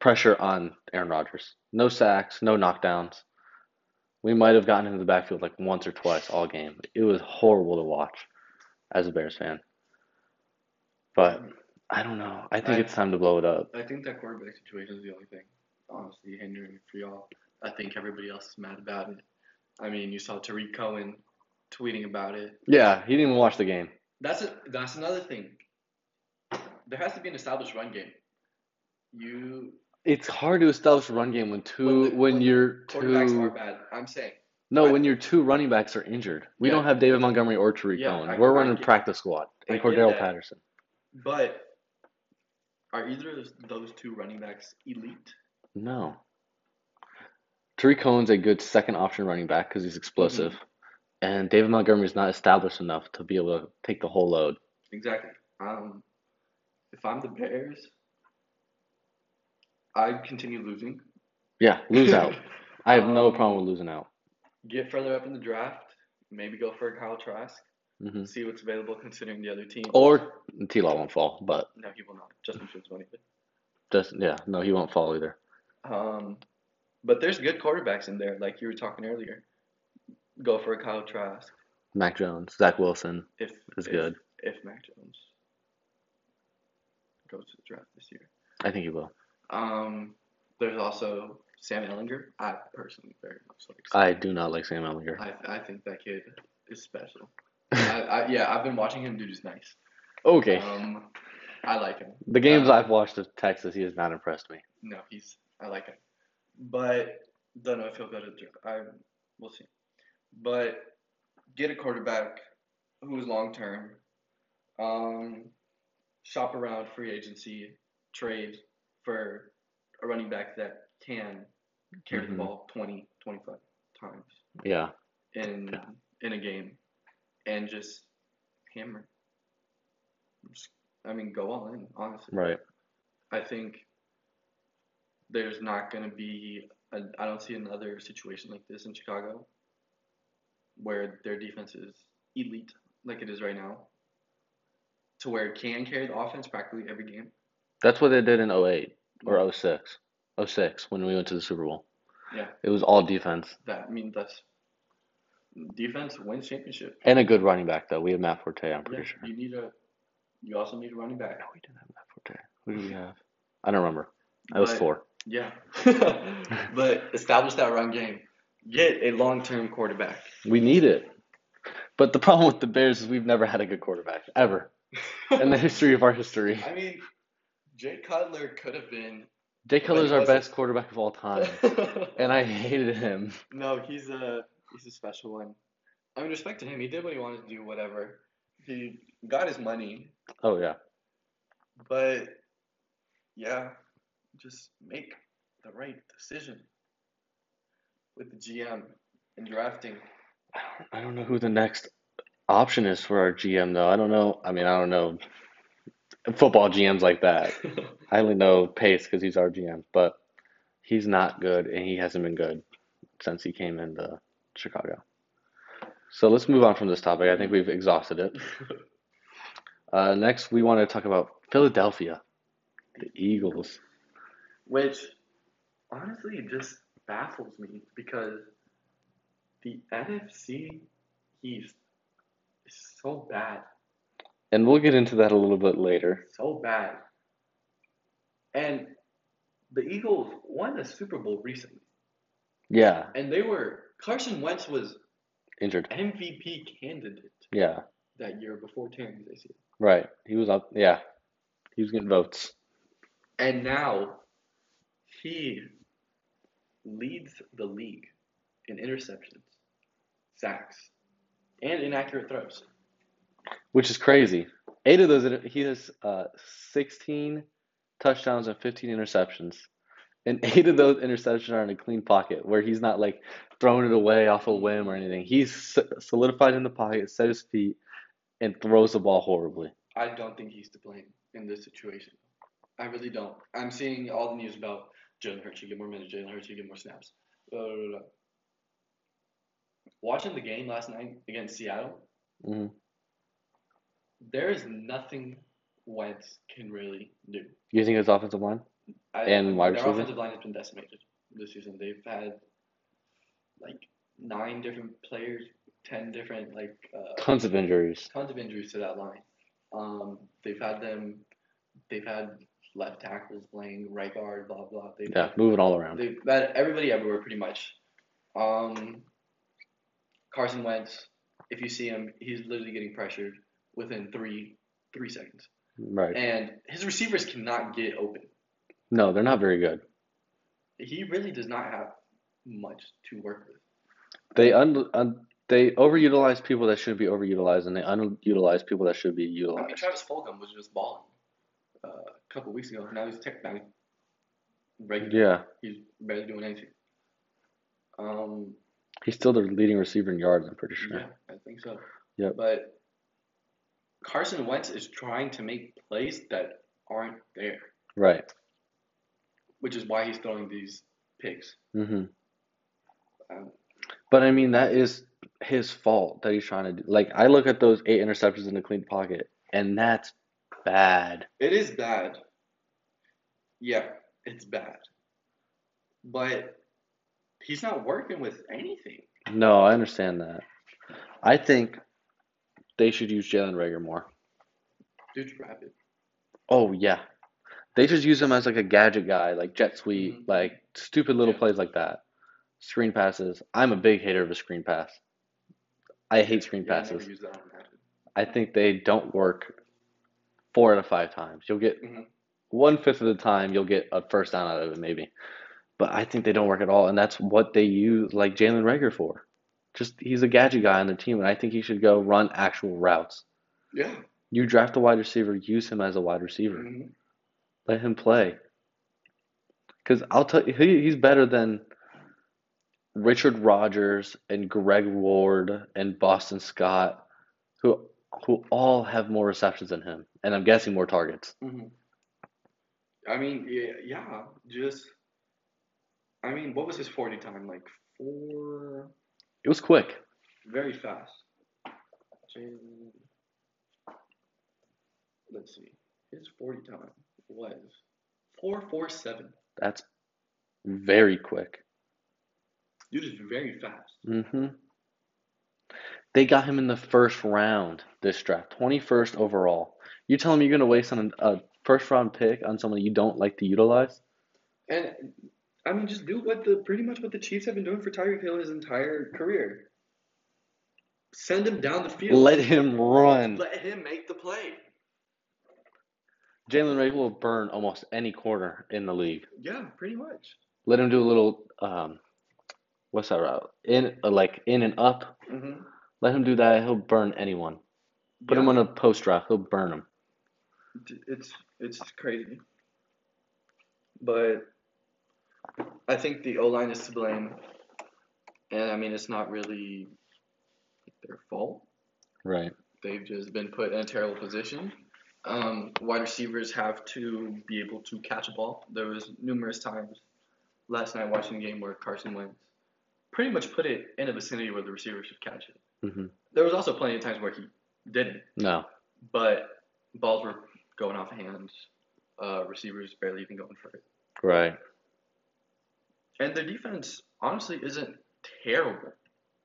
[SPEAKER 2] Pressure on Aaron Rodgers. No sacks, no knockdowns. We might have gotten into the backfield like once or twice all game. It was horrible to watch as a Bears fan. But I don't know. I think
[SPEAKER 1] I-
[SPEAKER 2] it's time to blow it up.
[SPEAKER 1] I think that quarterback situation is the only thing, honestly, hindering for y'all. I think everybody else is mad about it. I mean, you saw Tariq Cohen tweeting about it.
[SPEAKER 2] Yeah, he didn't even watch the game.
[SPEAKER 1] That's a, that's another thing. There has to be an established run game. You
[SPEAKER 2] It's hard to establish a run game when two
[SPEAKER 1] When the-
[SPEAKER 2] when
[SPEAKER 1] when
[SPEAKER 2] your
[SPEAKER 1] quarterbacks are
[SPEAKER 2] two
[SPEAKER 1] bad. I'm saying
[SPEAKER 2] no when your two running backs are injured. We
[SPEAKER 1] Yeah.
[SPEAKER 2] don't have David Montgomery or Tariq
[SPEAKER 1] Yeah,
[SPEAKER 2] Cohen.
[SPEAKER 1] I-
[SPEAKER 2] We're
[SPEAKER 1] I
[SPEAKER 2] running
[SPEAKER 1] get-
[SPEAKER 2] practice squad
[SPEAKER 1] I
[SPEAKER 2] and
[SPEAKER 1] get
[SPEAKER 2] Cordero
[SPEAKER 1] that.
[SPEAKER 2] Patterson.
[SPEAKER 1] But are either of those two running backs elite?
[SPEAKER 2] No. Tariq Cohen's a good second option running back because he's explosive,
[SPEAKER 1] Mm-hmm.
[SPEAKER 2] and David Montgomery's not established enough to be able to take the whole load.
[SPEAKER 1] Exactly. Um, if I'm the Bears, I'd continue losing.
[SPEAKER 2] Yeah, lose out. I have
[SPEAKER 1] Um,
[SPEAKER 2] no problem with losing out.
[SPEAKER 1] Get further up in the draft. Maybe go for a Kyle Trask.
[SPEAKER 2] hmm
[SPEAKER 1] See what's available considering the other team.
[SPEAKER 2] Or T Law won't fall, but
[SPEAKER 1] No, he will not. Justin Fields won't even.
[SPEAKER 2] just yeah, no, he won't fall either.
[SPEAKER 1] Um, but there's good quarterbacks in there, like you were talking earlier. Go for a Kyle Trask
[SPEAKER 2] Mac Jones, Zach Wilson
[SPEAKER 1] if
[SPEAKER 2] is
[SPEAKER 1] if,
[SPEAKER 2] good.
[SPEAKER 1] If Mac Jones goes to the draft this year,
[SPEAKER 2] I think he will.
[SPEAKER 1] um, there's also Sam Ellinger. I personally very much like. Sam.
[SPEAKER 2] I do not like Sam Ellinger.
[SPEAKER 1] I I think that kid is special. I, I, yeah, I've been watching him. Dude is nice.
[SPEAKER 2] Okay.
[SPEAKER 1] Um, I like him.
[SPEAKER 2] the games
[SPEAKER 1] uh,
[SPEAKER 2] I've watched of Texas, he has not impressed me.
[SPEAKER 1] No, he's I like him, but don't know if he'll go to. Dra- I we'll see. But get a quarterback who is long term. Um, shop around free agency, trade for a running back that can carry
[SPEAKER 2] Mhm.
[SPEAKER 1] the ball 20, 25 times
[SPEAKER 2] Yeah.
[SPEAKER 1] in
[SPEAKER 2] Yeah.
[SPEAKER 1] in a game, and just hammer. Just- I mean, go all in, honestly.
[SPEAKER 2] Right.
[SPEAKER 1] I think there's not going to be, I I don't see another situation like this in Chicago where their defense is elite like it is right now, to where it can carry the offense practically every game.
[SPEAKER 2] That's what they did in 08 or 06. 06 when we went to the Super Bowl.
[SPEAKER 1] Yeah.
[SPEAKER 2] It was all defense
[SPEAKER 1] That, I mean, that's defense wins championship.
[SPEAKER 2] and a good running back though. We had Matt Forte, I'm
[SPEAKER 1] Yeah,
[SPEAKER 2] pretty sure.
[SPEAKER 1] You need a, you also need a running back.
[SPEAKER 2] No, we didn't have Matt Forte. Who did we have? I don't remember. I was
[SPEAKER 1] But-
[SPEAKER 2] four.
[SPEAKER 1] Yeah. but establish that run game. Get a long term quarterback.
[SPEAKER 2] We need it. But the problem with the Bears is we've never had a good quarterback ever in the history of our history.
[SPEAKER 1] I mean, Jay Cutler could have been. But
[SPEAKER 2] Dick
[SPEAKER 1] he
[SPEAKER 2] Cutler's our
[SPEAKER 1] wasn't.
[SPEAKER 2] best quarterback of all time, and I hated him.
[SPEAKER 1] no, he's a he's a special one. I mean, respect to him. He did what he wanted to do, whatever. He got his money,
[SPEAKER 2] Oh yeah,
[SPEAKER 1] but yeah, just make the right decision with the GM and drafting.
[SPEAKER 2] I don't know who the next option is for our GM though. I don't know. I mean, I don't know football GMs like that. I only know Pace because he's our GM, but he's not good, and he hasn't been good since he came into Chicago. So let's move on from this topic. I think we've exhausted it. Uh, next, we want to talk about Philadelphia, the Eagles.
[SPEAKER 1] Which honestly just baffles me because the NFC East is so bad,
[SPEAKER 2] And we'll get into that a little bit later.
[SPEAKER 1] so bad. And the Eagles won the Super Bowl recently,
[SPEAKER 2] Yeah,
[SPEAKER 1] and they were Carson Wentz was
[SPEAKER 2] injured.
[SPEAKER 1] MVP candidate
[SPEAKER 2] Yeah,
[SPEAKER 1] that year before tearing his ACL.
[SPEAKER 2] right. He was up. Yeah, he was getting votes.
[SPEAKER 1] And now he leads the league in interceptions, sacks, and inaccurate throws.
[SPEAKER 2] which is crazy. Eight of those, he has uh, 16 touchdowns and 15 interceptions. And eight of those interceptions are in a clean pocket where he's not like throwing it away off a whim or anything. He's so- solidified in the pocket, set his feet, and throws the ball horribly.
[SPEAKER 1] I don't think he's to blame in this situation. I really don't. I'm seeing all the news about Jalen Hurts should get more minutes, Jalen Hurts should get more snaps. Blah, blah, blah, blah. Watching the game last night against Seattle,
[SPEAKER 2] hmm
[SPEAKER 1] there is nothing Wentz can really do.
[SPEAKER 2] Using his offensive line?
[SPEAKER 1] I,
[SPEAKER 2] And wide
[SPEAKER 1] their
[SPEAKER 2] receiver?
[SPEAKER 1] offensive line has been decimated this season. They've had like nine different players, ten different like uh,
[SPEAKER 2] Tons of injuries.
[SPEAKER 1] tons of injuries to that line. Um, they've had them, they've had left tackles playing right guard, blah blah. They've,
[SPEAKER 2] Yeah, moving all around.
[SPEAKER 1] they've had everybody everywhere pretty much. Um, Carson Wentz, if you see him, he's literally getting pressured within three three seconds,
[SPEAKER 2] Right.
[SPEAKER 1] and his receivers cannot get open.
[SPEAKER 2] No, they're not very good.
[SPEAKER 1] He really does not have much to work with.
[SPEAKER 2] They un, un they overutilize people that should be overutilized, and they underutilize people that should be
[SPEAKER 1] I mean,
[SPEAKER 2] utilized.
[SPEAKER 1] Travis Fulgham was just balling uh, a couple weeks ago. Now he's tech now he's regular.
[SPEAKER 2] Yeah.
[SPEAKER 1] He's barely doing anything. Um,
[SPEAKER 2] He's still the leading receiver in yards, I'm pretty sure.
[SPEAKER 1] yeah, I think so.
[SPEAKER 2] Yep.
[SPEAKER 1] But Carson Wentz is trying to make plays that aren't there,
[SPEAKER 2] Right.
[SPEAKER 1] which is why he's throwing these picks.
[SPEAKER 2] hmm
[SPEAKER 1] Um,
[SPEAKER 2] But I mean, that is his fault that he's trying to do. Like, I look at those eight interceptions in the clean pocket, and that's bad.
[SPEAKER 1] it is bad. Yeah, it's bad. But he's not working with anything.
[SPEAKER 2] No, I understand that. I think they should use Jalen Rager more.
[SPEAKER 1] Dude's rapid.
[SPEAKER 2] Oh, yeah. They should use him as like a gadget guy, like jet sweep,
[SPEAKER 1] Mhm.
[SPEAKER 2] like stupid little
[SPEAKER 1] Yeah.
[SPEAKER 2] plays like that. Screen passes. I'm a big hater of a screen pass. I hate screen
[SPEAKER 1] Yeah, I never
[SPEAKER 2] passes.
[SPEAKER 1] used that one, actually.
[SPEAKER 2] I think they don't work four out of five times. You'll get
[SPEAKER 1] Mhm.
[SPEAKER 2] one fifth of the time, you'll get a first down out of it, maybe. But I think they don't work at all, and that's what they use like Jalen Rager for. Just he's a gadget guy on the team, and I think he should go run actual routes.
[SPEAKER 1] Yeah.
[SPEAKER 2] You draft a wide receiver, use him as a wide receiver.
[SPEAKER 1] Mhm.
[SPEAKER 2] Let him play. Because I'll tell you, he, he's better than Richard Rodgers and Greg Ward and Boston Scott, who who all have more receptions than him, and I'm guessing more targets.
[SPEAKER 1] Mhm. I mean, yeah, yeah, just. I mean, what was his 40 time? Like four.
[SPEAKER 2] It was quick.
[SPEAKER 1] Very fast. Jalen. Let's see. His 40 time was 447.
[SPEAKER 2] That's very quick.
[SPEAKER 1] Dude is very fast.
[SPEAKER 2] hmm They got him in the first round this draft, 21st overall. You're telling me you're going to waste on a first round pick on someone you don't like to utilize?
[SPEAKER 1] And I mean, just do what the pretty much what the Chiefs have been doing for Tyreek Hill his entire career. Send him down the field.
[SPEAKER 2] Let him run.
[SPEAKER 1] Let him make the play.
[SPEAKER 2] Jalen Rager will burn almost any corner in the league.
[SPEAKER 1] Yeah, pretty much.
[SPEAKER 2] Let him do a little, um, what's that route? In uh, like in and up.
[SPEAKER 1] Mm-hmm.
[SPEAKER 2] Let him do that. He'll burn anyone. Put him on a post route. He'll burn him.
[SPEAKER 1] It's it's crazy. But I think the O line is to blame, and I mean it's not really their fault.
[SPEAKER 2] Right.
[SPEAKER 1] They've just been put in a terrible position. Um, wide receivers have to be able to catch a ball. There was numerous times last night watching the game where Carson Wentz pretty much put it in a vicinity where the receiver should catch it.
[SPEAKER 2] hmm
[SPEAKER 1] There was also plenty of times where he didn't,
[SPEAKER 2] No.
[SPEAKER 1] but balls were going off hands. Uh, receivers barely even going for it.
[SPEAKER 2] Right.
[SPEAKER 1] And their defense honestly isn't terrible.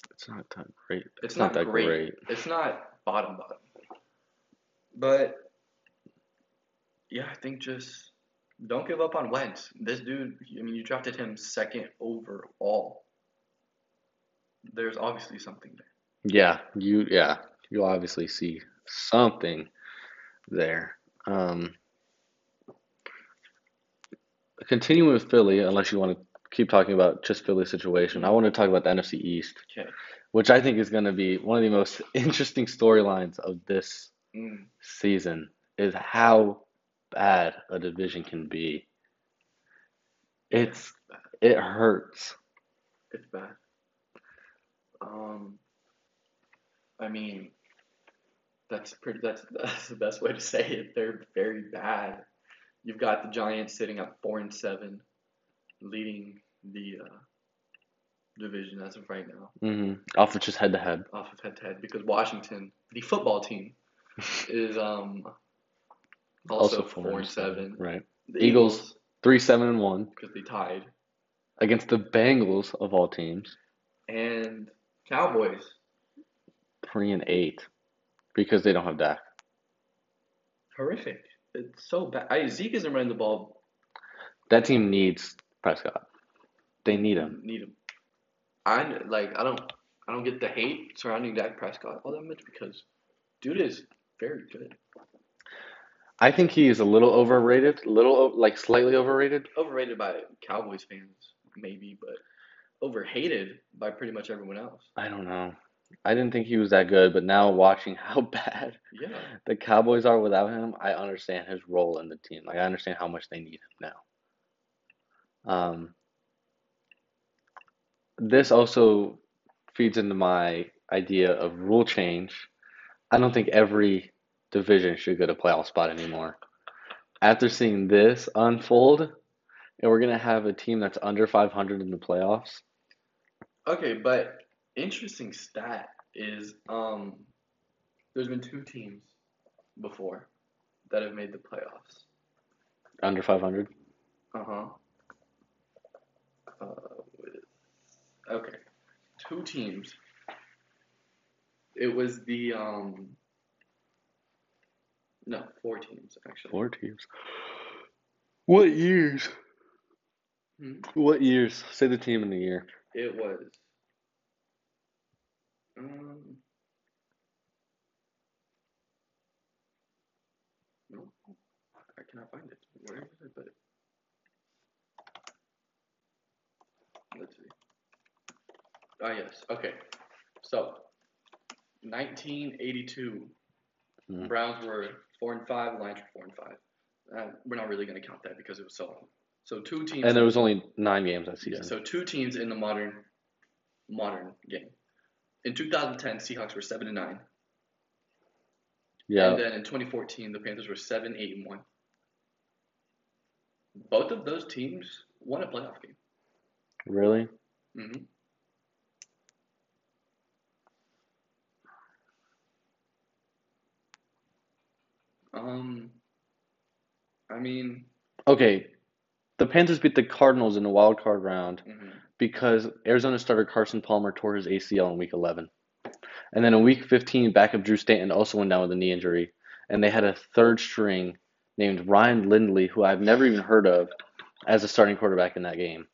[SPEAKER 2] It's not that great.
[SPEAKER 1] It's,
[SPEAKER 2] It's not that
[SPEAKER 1] great.
[SPEAKER 2] great.
[SPEAKER 1] It's not bottom bottom. But yeah, I think just don't give up on Wentz. This dude, I mean, you drafted him second overall. There's obviously something there.
[SPEAKER 2] Yeah. You. Yeah. You'll obviously see something there. Um. Continuing with Philly, unless you want to keep talking about just Philly situation, I want to talk about the NFC East.
[SPEAKER 1] Okay.
[SPEAKER 2] which I think is going to be one of the most interesting storylines of this
[SPEAKER 1] Mm.
[SPEAKER 2] season is how bad a division can be. It's it hurts.
[SPEAKER 1] It's bad. Um, I mean, that's pretty. That's that's the best way to say it. They're very bad. You've got the Giants sitting at four and seven, leading the uh, division as of right now,
[SPEAKER 2] hmm Off of just head to head.
[SPEAKER 1] off of head to head, because Washington, the football team, is um also, four and seven.
[SPEAKER 2] Right.
[SPEAKER 1] The
[SPEAKER 2] Eagles. Three seven and one
[SPEAKER 1] because they tied,
[SPEAKER 2] against the Bengals of all teams.
[SPEAKER 1] and Cowboys.
[SPEAKER 2] Three and eight because they don't have Dak.
[SPEAKER 1] Horrific. It's so bad. I, Zeke isn't running the ball
[SPEAKER 2] That team needs Prescott. They need him.
[SPEAKER 1] Need him. I like. I don't. I don't get the hate surrounding Dak Prescott all that much because, dude is very good.
[SPEAKER 2] I think he is a little overrated, little o- like slightly overrated.
[SPEAKER 1] Overrated by Cowboys fans, maybe, but overhated by pretty much everyone else.
[SPEAKER 2] I don't know. I didn't think he was that good, but now watching how bad
[SPEAKER 1] Yeah.
[SPEAKER 2] the Cowboys are without him, I understand his role in the team. Like I understand how much they need him now. Um, this also feeds into my idea of rule change. I don't think every division should get a playoff spot anymore. After seeing this unfold, and we're gonna have a team that's under 500 in the playoffs.
[SPEAKER 1] Okay, but interesting stat is um, there's been two teams before that have made the playoffs.
[SPEAKER 2] Under 500.
[SPEAKER 1] Uh-huh. Uh with- Okay. Two teams. It was the um no, four teams actually.
[SPEAKER 2] Four teams. What years?
[SPEAKER 1] Hmm?
[SPEAKER 2] What years? Say the team in the year.
[SPEAKER 1] It was um Um, I cannot find it. Where did I put it? Let's see. Oh, yes. Okay. So, 1982,
[SPEAKER 2] Hmm.
[SPEAKER 1] Browns were 4 and 5, Lions were 4 and 5. Uh, we're not really going to count that because it was so long. So, two teams.
[SPEAKER 2] And there was only nine games that
[SPEAKER 1] Yeah,
[SPEAKER 2] season.
[SPEAKER 1] so two teams in the modern modern game. In 2010, Seahawks were seven and nine,
[SPEAKER 2] Yeah,
[SPEAKER 1] and uh, then in 2014, the Panthers were seven, eight, and one. Both of those teams won a playoff game.
[SPEAKER 2] really?
[SPEAKER 1] hmm Um, I mean,
[SPEAKER 2] Okay, the Panthers beat the Cardinals in the wild card round
[SPEAKER 1] mhm.
[SPEAKER 2] because Arizona starter Carson Palmer tore his ACL in Week 11, and then in Week 15, backup Drew Stanton also went down with a knee injury, and they had a third string named Ryan Lindley, who I've never even heard of, as a starting quarterback in that game.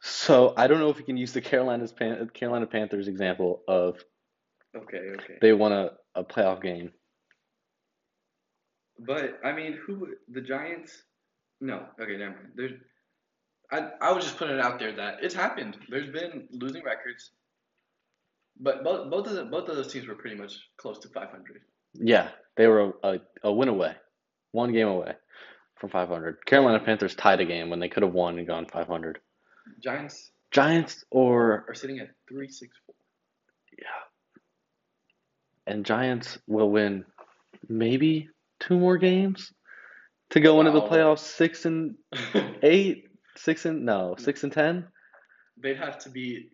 [SPEAKER 2] So I don't know if we can use the Carolina's Pan- Carolina Panthers example of
[SPEAKER 1] okay, okay.
[SPEAKER 2] they won a, a playoff game.
[SPEAKER 1] But I mean, who the Giants? No, okay, never mind. There's, I I was just putting it out there that it's happened. There's been losing records, but both both of the, both of those teams were pretty much close to 500.
[SPEAKER 2] Yeah, they were a, a, a win away, one game away from 500. Carolina Panthers tied a game when they could have won and gone 500.
[SPEAKER 1] Giants
[SPEAKER 2] Giants or
[SPEAKER 1] are sitting at three six four.
[SPEAKER 2] and Giants will win maybe two more games to go into the
[SPEAKER 1] Wow.
[SPEAKER 2] playoffs. Six and eight, six and no, six and ten.
[SPEAKER 1] They'd have to be.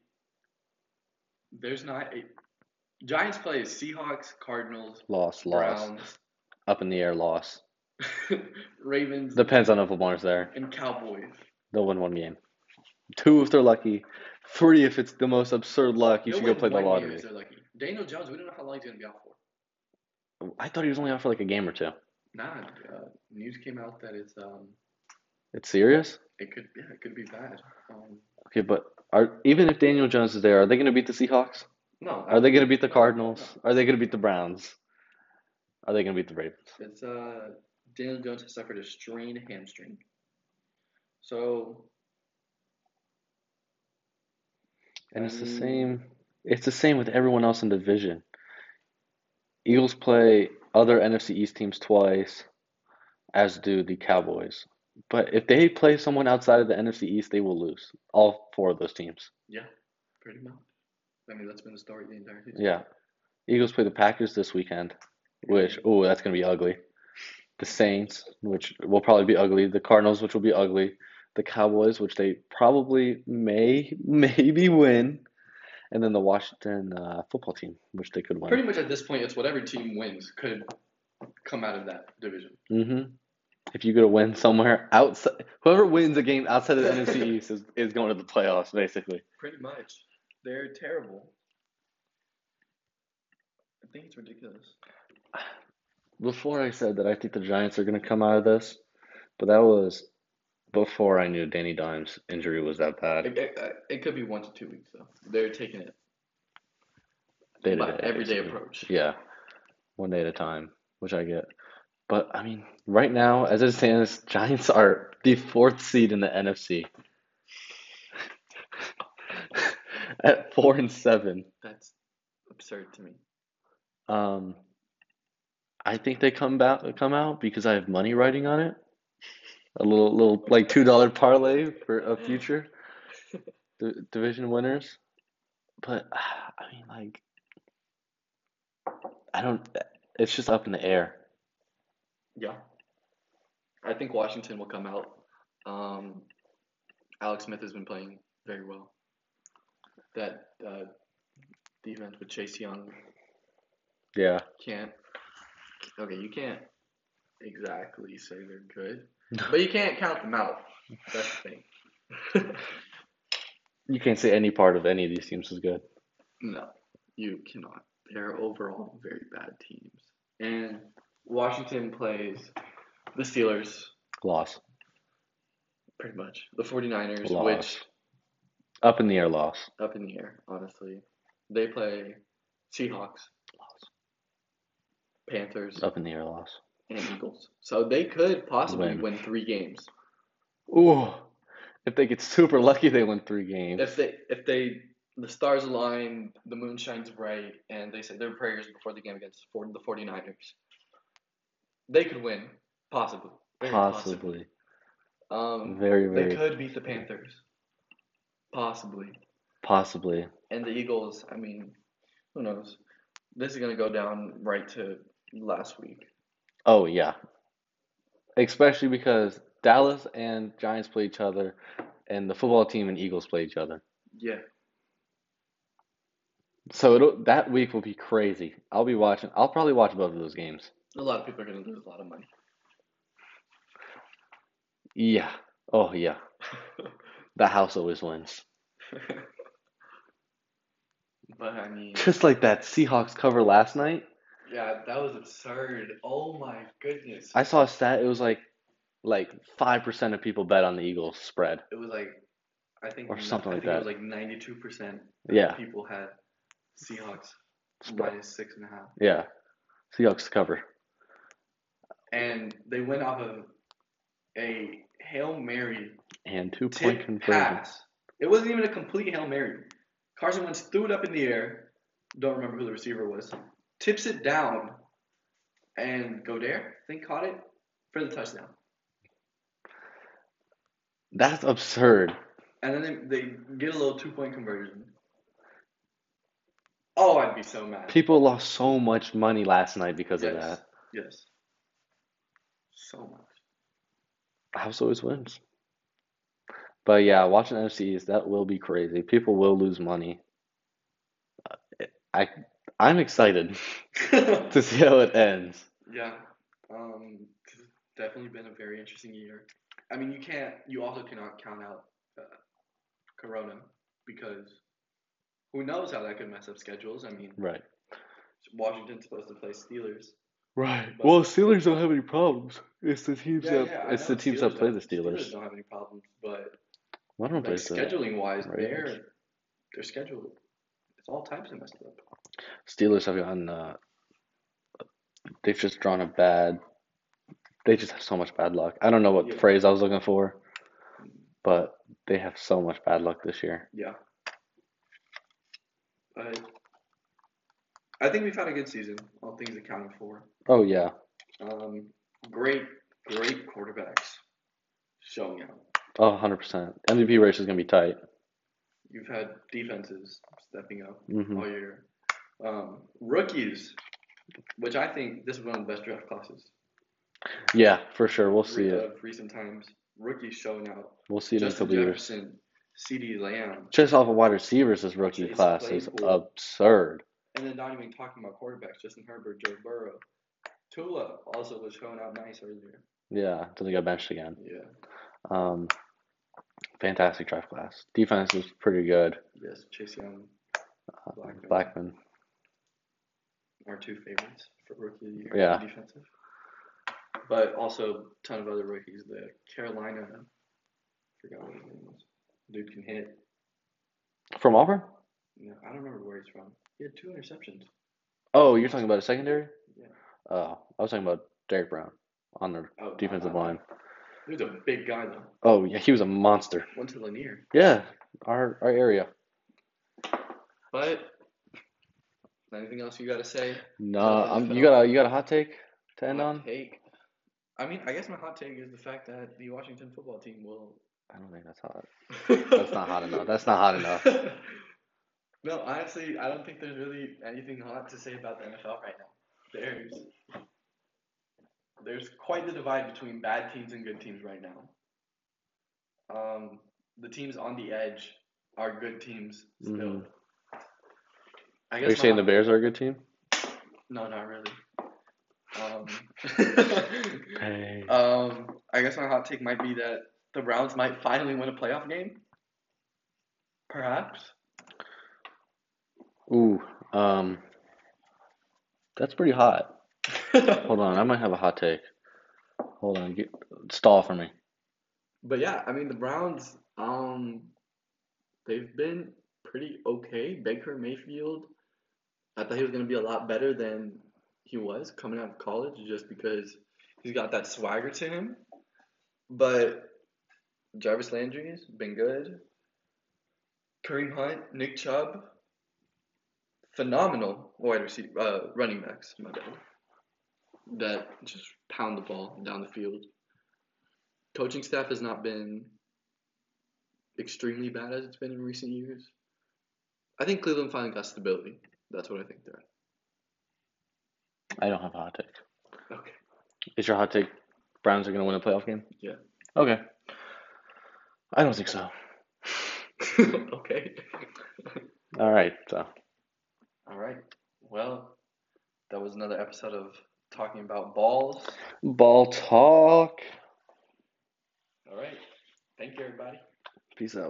[SPEAKER 1] There's not a. Giants play Seahawks, Cardinals,
[SPEAKER 2] Loss, loss, up in the air, loss.
[SPEAKER 1] Browns, Ravens,
[SPEAKER 2] Depends on if Lamar's there.
[SPEAKER 1] and Cowboys.
[SPEAKER 2] They'll win one game. Two if they're lucky. Three if it's the most absurd luck. You
[SPEAKER 1] They'll
[SPEAKER 2] should go
[SPEAKER 1] win
[SPEAKER 2] play the
[SPEAKER 1] one year
[SPEAKER 2] lottery.
[SPEAKER 1] if they're lucky. Daniel Jones, we don't know how long he's gonna be out for.
[SPEAKER 2] I thought he was only out for like a game or two.
[SPEAKER 1] Nah, uh, news came out that it's um,
[SPEAKER 2] It's serious?
[SPEAKER 1] it could yeah, it could be bad. Um,
[SPEAKER 2] Okay, but are even if Daniel Jones is there, are they going to beat the Seahawks?
[SPEAKER 1] no,
[SPEAKER 2] Are they going to beat the Cardinals? Are they going to beat the Browns? Are they going to beat the Ravens?
[SPEAKER 1] It's uh, Daniel Jones has suffered a strained hamstring. So
[SPEAKER 2] And it's the
[SPEAKER 1] Mm.
[SPEAKER 2] same. It's the same with everyone else in the division. Eagles play other NFC East teams twice, as do the Cowboys. But if they play someone outside of the NFC East, they will lose. All four of those teams.
[SPEAKER 1] yeah, pretty much. I mean that's been the story the entire season.
[SPEAKER 2] Yeah. Eagles play the Packers this weekend, which, oh, that's going to be ugly. The Saints, which will probably be ugly. The Cardinals, which will be ugly. The Cowboys, which they probably may, maybe win. And then the Washington uh, football team, which they could
[SPEAKER 1] Pretty
[SPEAKER 2] win.
[SPEAKER 1] much at this point, it's whatever team wins could come out of that division.
[SPEAKER 2] hmm If you go to win somewhere outside, whoever wins a game outside of the NFC East is, is going to the playoffs, basically.
[SPEAKER 1] Pretty much, they're terrible. I think it's ridiculous.
[SPEAKER 2] Before I said that I think the Giants are going to come out of this, but that was before I knew Danny Dimes' injury was that bad.
[SPEAKER 1] It, it, it could be one to two weeks though. They're taking it
[SPEAKER 2] day to
[SPEAKER 1] by
[SPEAKER 2] day,
[SPEAKER 1] everyday
[SPEAKER 2] basically.
[SPEAKER 1] approach.
[SPEAKER 2] Yeah, one day at a time, which I get. But I mean, right now, as it stands, Giants are the fourth seed in the NFC at four and seven.
[SPEAKER 1] That's absurd to me.
[SPEAKER 2] Um, I think they come back come out because I have money riding on it. A little little like two dollar parlay for a future d- division winners. But ah, I mean like I don't it's just up in the air.
[SPEAKER 1] Yeah. I think Washington will come out. Um, Alex Smith has been playing very well. That uh, defense with Chase Young
[SPEAKER 2] Yeah.
[SPEAKER 1] can't. Okay, you can't exactly say they're good, but you can't count them out. That's the thing.
[SPEAKER 2] You can't say any part of any of these teams is good.
[SPEAKER 1] no, you cannot. They're overall very bad teams. And Washington plays the Steelers
[SPEAKER 2] Loss.
[SPEAKER 1] pretty much, the 49ers,
[SPEAKER 2] Loss.
[SPEAKER 1] which
[SPEAKER 2] Up in the air loss.
[SPEAKER 1] up in the air, honestly. They play Seahawks, Panthers,
[SPEAKER 2] Up in the air loss.
[SPEAKER 1] and Eagles. So they could possibly
[SPEAKER 2] Win.
[SPEAKER 1] win three games.
[SPEAKER 2] Ooh, if they get super lucky, they win three games.
[SPEAKER 1] If they if they the stars align, the moon shines bright, and they said their prayers before the game against for- the 49ers. They could win, possibly. Very possible.
[SPEAKER 2] possibly,
[SPEAKER 1] Um,
[SPEAKER 2] very,
[SPEAKER 1] they
[SPEAKER 2] very
[SPEAKER 1] could beat the Panthers, possibly.
[SPEAKER 2] possibly.
[SPEAKER 1] And the Eagles, I mean, who knows? This is gonna go down right to last week.
[SPEAKER 2] Oh yeah, especially because Dallas and Giants play each other, and the football team and Eagles play each other.
[SPEAKER 1] Yeah,
[SPEAKER 2] So it'll, that week will be crazy. I'll be watching. I'll probably watch both of those games.
[SPEAKER 1] a lot of people are gonna lose a lot of money.
[SPEAKER 2] Yeah. Oh yeah. The house always wins.
[SPEAKER 1] but I mean,
[SPEAKER 2] Just like that Seahawks cover last night.
[SPEAKER 1] yeah, that was absurd. Oh my goodness.
[SPEAKER 2] I saw a stat. It was like, like five percent of people bet on the Eagles spread.
[SPEAKER 1] it was like I think
[SPEAKER 2] Or
[SPEAKER 1] n-
[SPEAKER 2] something
[SPEAKER 1] I
[SPEAKER 2] like
[SPEAKER 1] think It was like ninety two percent
[SPEAKER 2] Yeah.
[SPEAKER 1] people had Seahawks
[SPEAKER 2] Spread.
[SPEAKER 1] minus six and a half,
[SPEAKER 2] Yeah. Seahawks cover.
[SPEAKER 1] and they went off of a hail mary
[SPEAKER 2] And two point
[SPEAKER 1] tip
[SPEAKER 2] conversion.
[SPEAKER 1] pass. It wasn't even a complete hail mary. Carson Wentz threw it up in the air. Don't remember who the receiver was. Tips it down, and Godare I think caught it for the touchdown.
[SPEAKER 2] That's absurd.
[SPEAKER 1] And then they, they get a little two point conversion. Oh, I'd be so mad.
[SPEAKER 2] People lost so much money last night because of
[SPEAKER 1] Yes.
[SPEAKER 2] that.
[SPEAKER 1] Yes. So much.
[SPEAKER 2] House always wins. But yeah, watching NFCs, that will be crazy. People will lose money. Uh, I I'm excited to see how it ends.
[SPEAKER 1] yeah. Um, it's definitely been a very interesting year. I mean, you can't. You also cannot count out uh, Corona because who knows how that could mess up schedules. I mean,
[SPEAKER 2] Right.
[SPEAKER 1] Washington's supposed to play Steelers.
[SPEAKER 2] Right.
[SPEAKER 1] But-
[SPEAKER 2] Well, Steelers don't have any problems. It's the teams
[SPEAKER 1] Yeah,
[SPEAKER 2] that
[SPEAKER 1] yeah, I
[SPEAKER 2] it's
[SPEAKER 1] know
[SPEAKER 2] the teams that play the
[SPEAKER 1] don't-
[SPEAKER 2] Steelers.
[SPEAKER 1] don't have any problems, but
[SPEAKER 2] Why don't
[SPEAKER 1] like,
[SPEAKER 2] they play the
[SPEAKER 1] scheduling wise,
[SPEAKER 2] Ravens.
[SPEAKER 1] their their schedule, it's all types of messed up.
[SPEAKER 2] Steelers have gotten uh they've just drawn a bad they just have so much bad luck. I don't know what
[SPEAKER 1] Yeah.
[SPEAKER 2] phrase I was looking for, but they have so much bad luck this year.
[SPEAKER 1] Yeah. But I think we've had a good season, all things accounted for.
[SPEAKER 2] Oh yeah.
[SPEAKER 1] Um, great, great quarterbacks showing out.
[SPEAKER 2] Oh, 100%. MVP race is going to be tight.
[SPEAKER 1] You've had defenses stepping up
[SPEAKER 2] hmm
[SPEAKER 1] all year. Um, rookies, which I think this is one of the best draft classes
[SPEAKER 2] Yeah, for sure. We'll see
[SPEAKER 1] re-
[SPEAKER 2] it.
[SPEAKER 1] of recent times. Rookies showing out.
[SPEAKER 2] We'll see it in a
[SPEAKER 1] Justin
[SPEAKER 2] couple years.
[SPEAKER 1] Jefferson, C.D. Lamb,
[SPEAKER 2] Just off of wide receivers, this rookie
[SPEAKER 1] Chase
[SPEAKER 2] class is
[SPEAKER 1] Claypool.
[SPEAKER 2] absurd.
[SPEAKER 1] and then not even talking about quarterbacks. Justin Herbert, Joe Burrow, Tua also was showing out nice earlier.
[SPEAKER 2] Yeah, until they got benched again.
[SPEAKER 1] Yeah.
[SPEAKER 2] Um, fantastic draft class. Defense was pretty good.
[SPEAKER 1] Yes, Chase Young, Blackman,
[SPEAKER 2] Blackman.
[SPEAKER 1] are two favorites for rookie of the year.
[SPEAKER 2] Yeah.
[SPEAKER 1] Defensive. But also a ton of other rookies. The Carolina, forgot what his name was. Dude can hit.
[SPEAKER 2] From Auburn?
[SPEAKER 1] No, I don't remember where he's from. He had two interceptions.
[SPEAKER 2] Oh, you're talking about a secondary?
[SPEAKER 1] Yeah.
[SPEAKER 2] Oh, I was talking about Derek Brown on the
[SPEAKER 1] Oh,
[SPEAKER 2] defensive line.
[SPEAKER 1] He was a big guy though.
[SPEAKER 2] Oh, yeah, he was a monster.
[SPEAKER 1] Went to Lanier.
[SPEAKER 2] Yeah, our, our area.
[SPEAKER 1] But anything else you gotta say?
[SPEAKER 2] Nah, um, you
[SPEAKER 1] NFL.
[SPEAKER 2] got a you got a hot take to end
[SPEAKER 1] Hot
[SPEAKER 2] on?
[SPEAKER 1] take. I mean, I guess my hot take is the fact that the Washington football team will.
[SPEAKER 2] I don't think that's hot. That's not hot enough. That's not hot enough.
[SPEAKER 1] no, honestly, I don't think there's really anything hot to say about the NFL right now. There's there's quite the divide between bad teams and good teams right now. Um, the teams on the edge are good teams still.
[SPEAKER 2] Mhm.
[SPEAKER 1] I
[SPEAKER 2] Are you
[SPEAKER 1] my
[SPEAKER 2] saying the
[SPEAKER 1] hot-
[SPEAKER 2] Bears are a good team?
[SPEAKER 1] No, not really. Um,
[SPEAKER 2] Hey.
[SPEAKER 1] Um, I guess my hot take might be that the Browns might finally win a playoff game. Perhaps.
[SPEAKER 2] Ooh, um, that's pretty hot. Hold on, I might have a hot take. Hold on, get, stall for me.
[SPEAKER 1] but yeah, I mean the Browns, um, they've been pretty okay. Baker Mayfield, I thought he was gonna be a lot better than he was coming out of college, just because He's got that swagger to him. But Jarvis Landry's been good. Kareem Hunt, Nick Chubb, phenomenal wide receiver, uh, running backs. My bad. That just pound the ball down the field. Coaching staff has not been extremely bad as it's been in recent years. I think Cleveland finally got stability. That's what I think they're.
[SPEAKER 2] I don't have a hot take.
[SPEAKER 1] at. Okay.
[SPEAKER 2] Is your hot take Browns are going to win a playoff game?
[SPEAKER 1] Yeah.
[SPEAKER 2] Okay. I don't think so.
[SPEAKER 1] okay.
[SPEAKER 2] All right. So
[SPEAKER 1] All right. Well, that was another episode of talking about balls.
[SPEAKER 2] ball talk.
[SPEAKER 1] All right. Thank you, everybody.
[SPEAKER 2] Peace out.